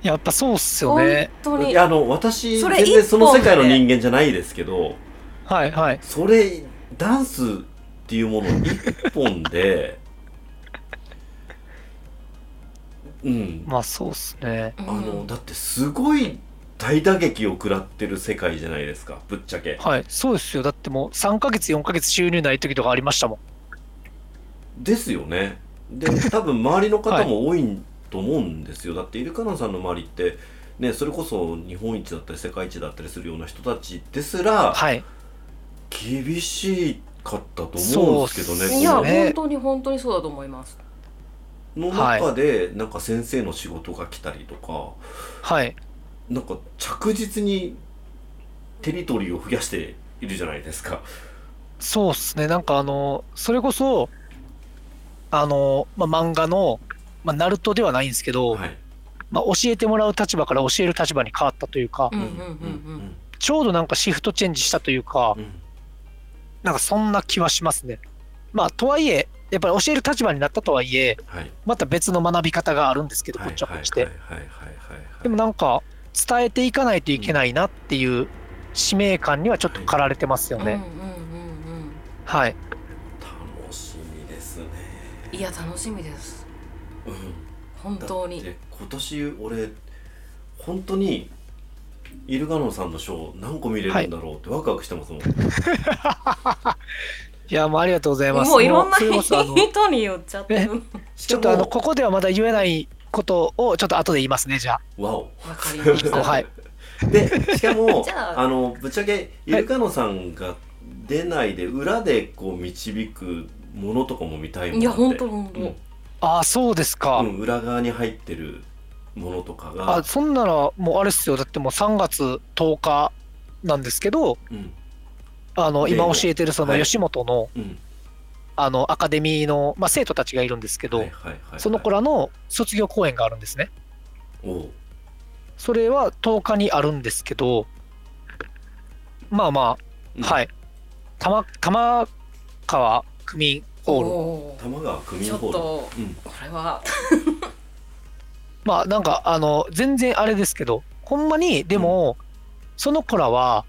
C: やっぱ そうっすよ
B: 本
C: ね。
B: 当
A: い
B: に
A: やあの私
B: そ
A: 全
B: れ
A: 然その世界の
B: 一本で
A: 人間じゃないですけど
C: はい、はい。
A: それダンスっていうもの一本で うん
C: まあそうっすね。
A: あの
B: うん
A: だってすごい大打撃を食らってる世界じゃないですかぶっちゃけ
C: はい、そうですよ。だってもう3ヶ月、4ヶ月収入ない時とかありましたもん。
A: ですよねで多分周りの方も多いと思うんですよ、だってイルカナさんの周りってねそれこそ日本一だったり世界一だったりするような人たちですら
C: はい、
A: 厳しかったと思うんですけど
C: そうっす
A: ね
B: いや
A: こ
C: ね
B: 本当に本当にそうだと思います
A: のの中でなんか先生の仕事が来たりとか
C: はい、
A: なんか着実にテリトリーを増やしているじゃないですか。
C: そうっすね。なんかあの、それこそ、あの、まあ、漫画の、まあ、ナルトではないんですけど、
A: はい、
C: まあ、教えてもらう立場から教える立場に変わったというか、
B: うんうんうん
C: ちょうどなんかシフトチェンジしたというか
A: うん、うん
C: なんかそんな気はしますね。まあ、とはいえ、やっぱり教える立場になったとはいえ、
A: はい
C: また別の学び方があるんですけど、こっちはこっちで
A: はい。はいはいはいはいはい
C: でもなんか、伝えていかないといけないなっていう使命感にはちょっと駆られてますよ
B: うんうんうん
C: ね。はい。
A: 楽しみですね。
B: うんいや楽しみです
A: うん
B: 本当に
A: だって今年俺本当にイルガノンさんのショー何個見れるんだろうってワクワクしてますもん、
C: いや、もうありがとうございます。
B: もういろんな
C: もうそれこそあの
B: 人に言っちゃってる
C: ちょっとあの、ここではまだ言えないことをちょっと後で言いますね、じゃ
A: わお
B: わかりまし
C: あ。
B: た
C: はい。
A: でしかも
B: じゃあ
A: あのぶっちゃけイルカノンさんが出ないで裏でこう導くものとかも見たいもん
B: いや
A: だって
B: 本当本当
A: うん
C: ああ、そうですか。
A: うん裏側に入ってるものとかが
C: あ、そんならもうあれっすよ。だってもう3月10日なんですけど、
A: うん
C: あの、
A: で
C: 今教えてるその
A: はい
C: 吉本の、
A: うん
C: あの、アカデミーの、まあ、生徒たちがいるんですけど、
A: はいはいはいはい
C: その子らの卒業公演があるんですね。
A: おう
C: それは10日にあるんですけど、まあま
A: う
C: あ、
A: ん
C: はい。玉玉川区民ホール。
B: おー
A: 玉川区民
B: ちょっ
A: ホール
B: と
A: うん
B: これは
C: まあなんかあの全然あれですけどほんまにでも、その子らは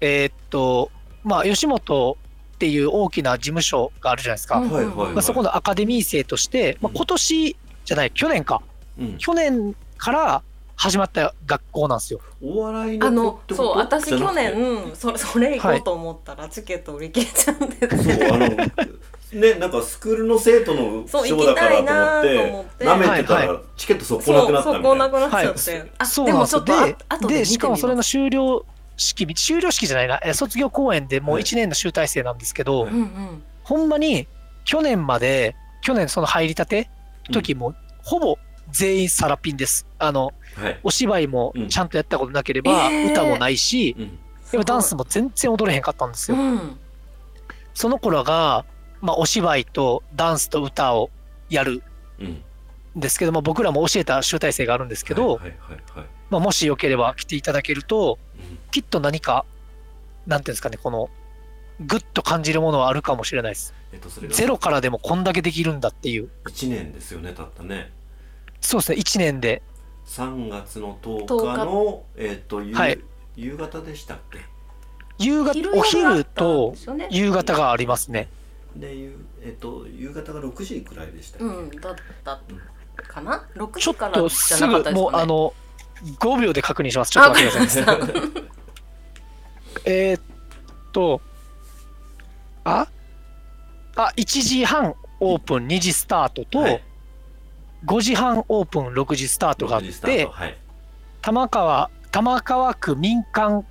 C: えーっとまあ吉本っていう大きな事務所があるじゃないですか、
B: うん
A: はいはい、はい
C: まあ、そこのアカデミー生として、まあ、
A: うん
C: 今年じゃない去年か
A: うん、
C: 去年から始まった学校なんですよ
A: お笑いの
B: あ
A: 子
B: の
A: ってこと
B: そう私
A: じゃな
B: 去
A: くて
B: 年それそれ行こうと思ったらチケット売り切れちゃうんです
A: そう あのねなんかスクールの生徒の
B: そう
A: ショーだからと思っ
B: 行きたいなと
A: て
B: 思って
A: なめてた
C: はい
A: らチケットそこ
B: そう
A: なくなった
B: そ
A: みた
B: こ
A: いな
B: なくなっちゃって、
A: はい
B: あ
C: そう
B: で
C: なん
B: も
C: で
B: ち
C: す
B: ょ
C: よ
B: っとあ
C: で
B: 後
C: で
B: で
C: しかもそれの
B: 見て
C: 修了式修了式じゃないなえ卒業公演でもう1年の集大成なんですけど、
A: はい
B: みます
C: ほんまに去年まで去年その入りたて時も、ほぼ全員サラピンですあの
A: はい、
C: お芝居も
A: うん
C: ちゃんとやったことなければ、
B: えー
C: 歌もないし、
A: うん、
C: でもダンスも全然踊れへんかったんです
B: う
C: よ、
B: んうん、うん、
C: その頃が、まあ、お芝居とダンスと歌をやる
A: うん、
C: んですけども僕らも教えた集大成があるんですけど、
A: はいはいはいはい
C: まあ、もしよければ来ていただけるときっと何かなんていうんですかねこのグッと感じるものはあるかもしれないです
A: えっとそれが
C: ゼロからでもこんだけできるんだっていう
A: 一年ですよねたったね
C: そうですね1年で
A: 三月の十日のえっと夕、
C: はい
A: 夕方でしたっけ
C: 夕方お昼と
B: 夕
C: 夕方がありますね
A: で夕えっと夕方が六時くらいでしたっけ、
B: うんだったかな6
C: ちょ
B: 時
C: っ
B: から
C: と
B: じゃ
C: す
B: なかっ
C: ぐ
B: たですか、ね、
C: もうあの5秒で確認しますちょっと待ってください
B: あわかりまし
C: えーっとああ、1時半オープン2時スタートと、
A: はい
C: 5時半オープン6時スタートがあっ
A: 6時スター
C: て
A: ト、はい
C: 玉川、玉川区民間、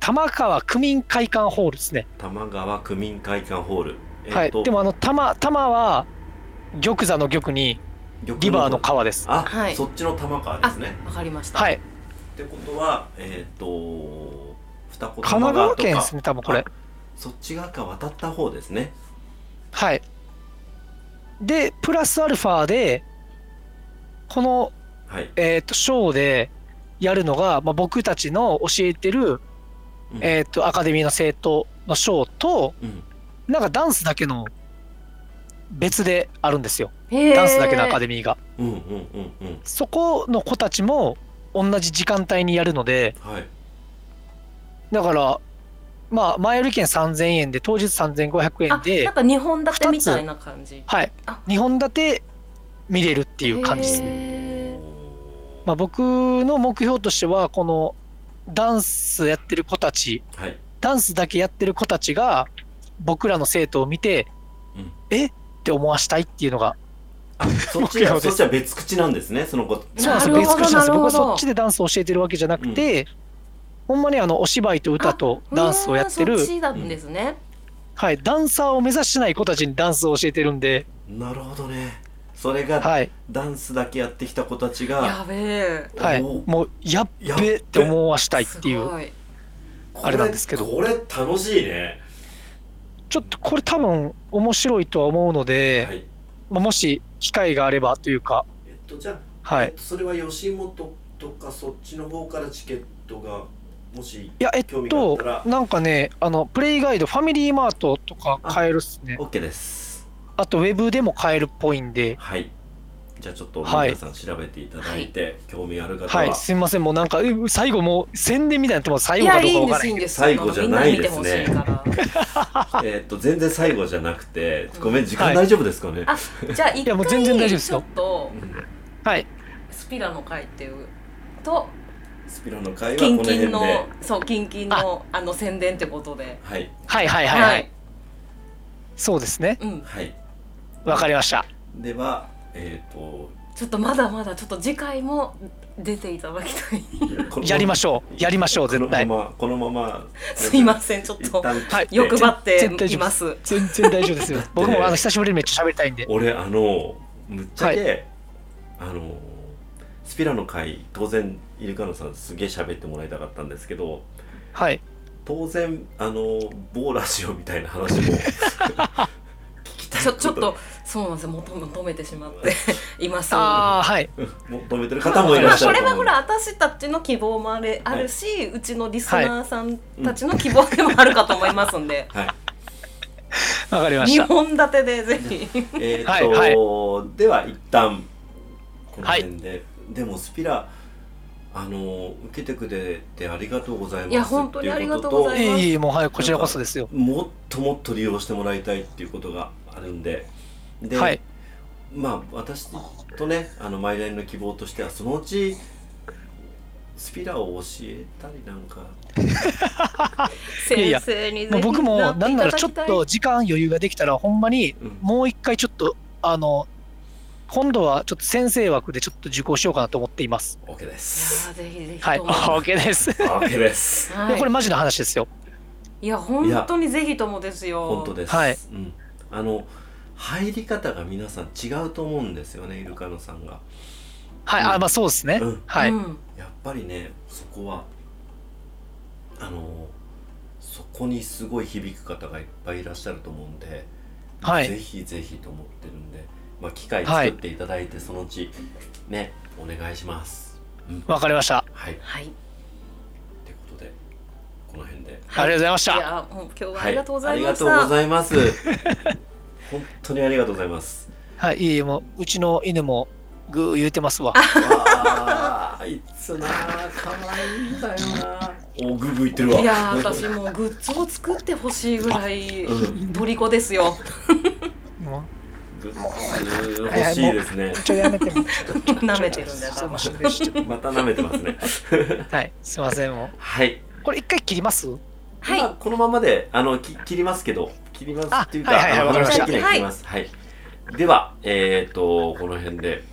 C: 玉川区民会館ホールですね。
A: 玉川区民会館ホールえ
C: は
A: っ
C: い。
A: と
C: でもあの、玉、玉は、玉座の玉に、
A: 玉
C: リバーの川です。
A: あ、
B: はい
A: そっちの玉川ですね
B: わかりました。
C: はい。
A: ってことはえっ、と二子
C: 神奈川
A: と
C: 県で
A: か
C: すね、多分これ。
A: そっち側か渡った方ですね
C: はい。で、プラスアルファで、この、
A: はい、
C: えー、とショーでやるのが、まあ、僕たちの教えてる、
A: うん
C: えー、とアカデミーの生徒のショーと、
A: うん
C: なんかダンスだけの別であるんですよ。
B: へー
C: ダンスだけのアカデミーが。
A: うんうんうんうん
C: そこの子たちも同じ時間帯にやるので、
A: はい
C: だから、まあ、前売り券3000円で、当日3500円
B: あ、
C: で
B: なん、か日本立てみたいな感じ。
C: はい
B: あ、
C: 2本立て見れるっていう感じですね。
B: へ
C: まあ、僕の目標としては、このダンスやってる子たち、
A: はい
C: ダンスだけやってる子たちが僕らの生徒を見て、
A: うん
C: えって思わしたいっていうのが
A: あそっち
C: 僕ら
A: は
C: です
A: そっちは別口なんですねその子
C: そうなんですよ
B: なる
C: 別
B: ほど
C: 口なんですよ僕は
B: なるほど
C: そっちでダンスを教えてるわけじゃなくて、ほんまにあのお芝居と歌とダンスをやって
B: う
C: る
B: ーん、そっちなんですね。
C: はい、ダンサーを目指してない子たちにダンスを教えてるんで、
A: なるほどねそれが
C: はい
A: ダンスだけやってきた子たちが、
B: やべえ。
C: はい、
A: おー
C: もうやっべえって思わしたいってい
B: す
C: う
B: ごい
A: こ
C: あれなんですけど
A: これ楽しいね
C: ちょっとこれ多分面白いとは思うので、
A: はい
C: まあもし機会があればというか、
A: えっとじゃあ
C: はい、
A: それは吉本とかそっちの方からチケットがもし
C: いや、えっ
A: 興味があっ
C: と
A: たら、
C: なんかね、あの、プレイガイド、ファミリーマートとか買えるっすね。
A: OK です
C: あと、ウェブでも買えるっぽいんで、
A: はいじゃあちょっと
C: はい
A: 皆さん調べていただいて、興味ある方は、
C: はい、すみません、もうなんか、う最後もう宣伝みたいになってもう最
B: い
C: 後か
B: や、
C: ど
B: いう
C: か
B: いんです、いん
C: わからないんで
B: です。
A: 最後じゃないですね
B: みんな見てほしいか
A: えっと全然最後じゃなくてごめん時
C: は
A: 間
C: い
A: 大丈夫ですかね、
B: あらじゃあ、一
C: いやもう全然大丈夫
B: 回、
C: です
B: ちょ
C: よ
B: っと、
A: うん
C: はい、
B: スピラの会っていう、と、
A: スピラの会はこ
B: キ
A: の
B: ン
A: 辺
B: キ
A: で
B: ンの、そう、キンキンの、あの、宣伝ってことで。
A: はい
C: はい、はい、はい、はい。そうですね。
B: うん。
A: はい
C: わかりました。
A: ではえ っ、と
B: ちょっとまだまだ、ちょっと次回も出ていただきたい。
A: この
C: やりましょう。やりましょう、絶対
A: こ。のままこのまます
B: いません、ちょっ
A: 一
B: と、
A: 旦切って
C: はい
B: 欲張って
C: 絶対
B: います。
C: 全然大丈夫で すよ。僕もあの久しぶりにめっちゃ喋りたいんで。
A: 俺あのむっちゃけ、あのスピラの会当然イルカノさんすげえ喋ってもらいたかったんですけど
C: はい。
A: 当然あの某ラジオみたいな 話も聞きたい
B: ちょちょっとそうなんですよ求求めてしまって います
C: ああ、はい。
A: も止めてる方もいらっしゃ
B: こ
A: る
B: れ
A: と
B: は
A: 思
B: ほ
A: うの
B: ら私たちの希望もあれ、
A: はい
B: あるしうちのリスナーさんたちの希望でもあるかと思います んで、
A: はい
C: わかりまし
B: 2
C: た。
B: 本立てでぜひ
A: えーっと、
C: はいはい
A: では一旦この辺で、でもスピラあの受けてくれてありがとうございます
B: いや本当にありがとうございます
A: ってい
C: いえいえ、もうはい、こちらこそですよ。
A: うことともっともっと利用してもらいたいっていうことがあるんでで、
C: はい。
A: まあ私とねあの毎年の希望としてはそのうちスピラを教えたりなんか
C: いやいや
B: 先生にぜひ
C: もう僕も、
B: な
C: なんならちょっ
B: っていただ
C: と時間余裕ができたら、ほんまに
A: うん
C: もう一回ちょっと、あの、今度はちょっと先生枠でちょっと受講しようかなと思っています。
A: OK で
B: き
A: す
B: たいいやーぜひぜひ
C: はい。
B: とも、は
C: OK です。い
A: OK です
B: い
C: やこれマジの話ですよ。
B: いや本当にぜひともです よ
A: 本当です、
C: はい
A: うん、あの入り方が皆さん違うと思うんですよねイルカノさんが
C: はい。
A: うん
C: あ、まあそうですね
A: うん。
C: はい。
B: うん
A: やっぱりねそこはあのそこにすごい響く方がいっぱいいらっしゃると思うんで、
C: はい
A: ぜひぜひと思ってるんで、まあ、機会作っていただいてそのうちねお願いします、うん
C: わかりました。
A: はいって
B: はい、
A: ことでこの辺で
C: ありがとうございまし
B: い
C: た。
B: やもう今日はあ
A: は
B: りがとうござい
A: あ
B: ま
A: り
B: した、
A: がとうございます 本当にありがとうござい ます
C: はい。いえいえ、もう、うちの犬もグー言うてますわ。
A: わあいつなあ可愛いんだよなおグーグー言ってるわ
B: いやー私もうグッズを作ってほしいぐらい
A: うん
B: 虜です よ。
C: もう
A: グッズ欲しいですね
C: ちょやめても。
B: 舐めてるんだよ
C: そ
B: 多
C: う
B: 分
C: そうそう
A: また舐めてますね
C: はい。すいません、もう。
A: はい
C: これ一回切ります
B: はい
A: まあこのままであのき切りますけど切ります
C: あ
A: っていうか、
C: はいはいはい
A: あの
C: わかりました
A: 話的には切ります。はい。では、えっ、ー、と、この辺で、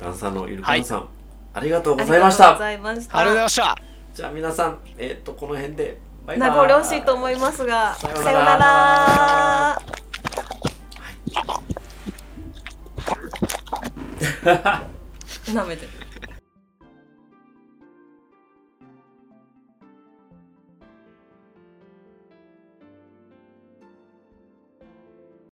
A: ダンサーのゆるかんさん、ありがとうございまし
B: ありがとうご
A: た。
B: ざいまし
C: ありがとうござい
B: た
C: ました。
A: じゃあ皆さん、えっ、ー、と、この辺で、バイバ
B: 名
A: イ。
B: 残惜しいと思いますが
A: さ
B: さ
A: よ
B: よ
A: うなら
B: うなら 舐めてる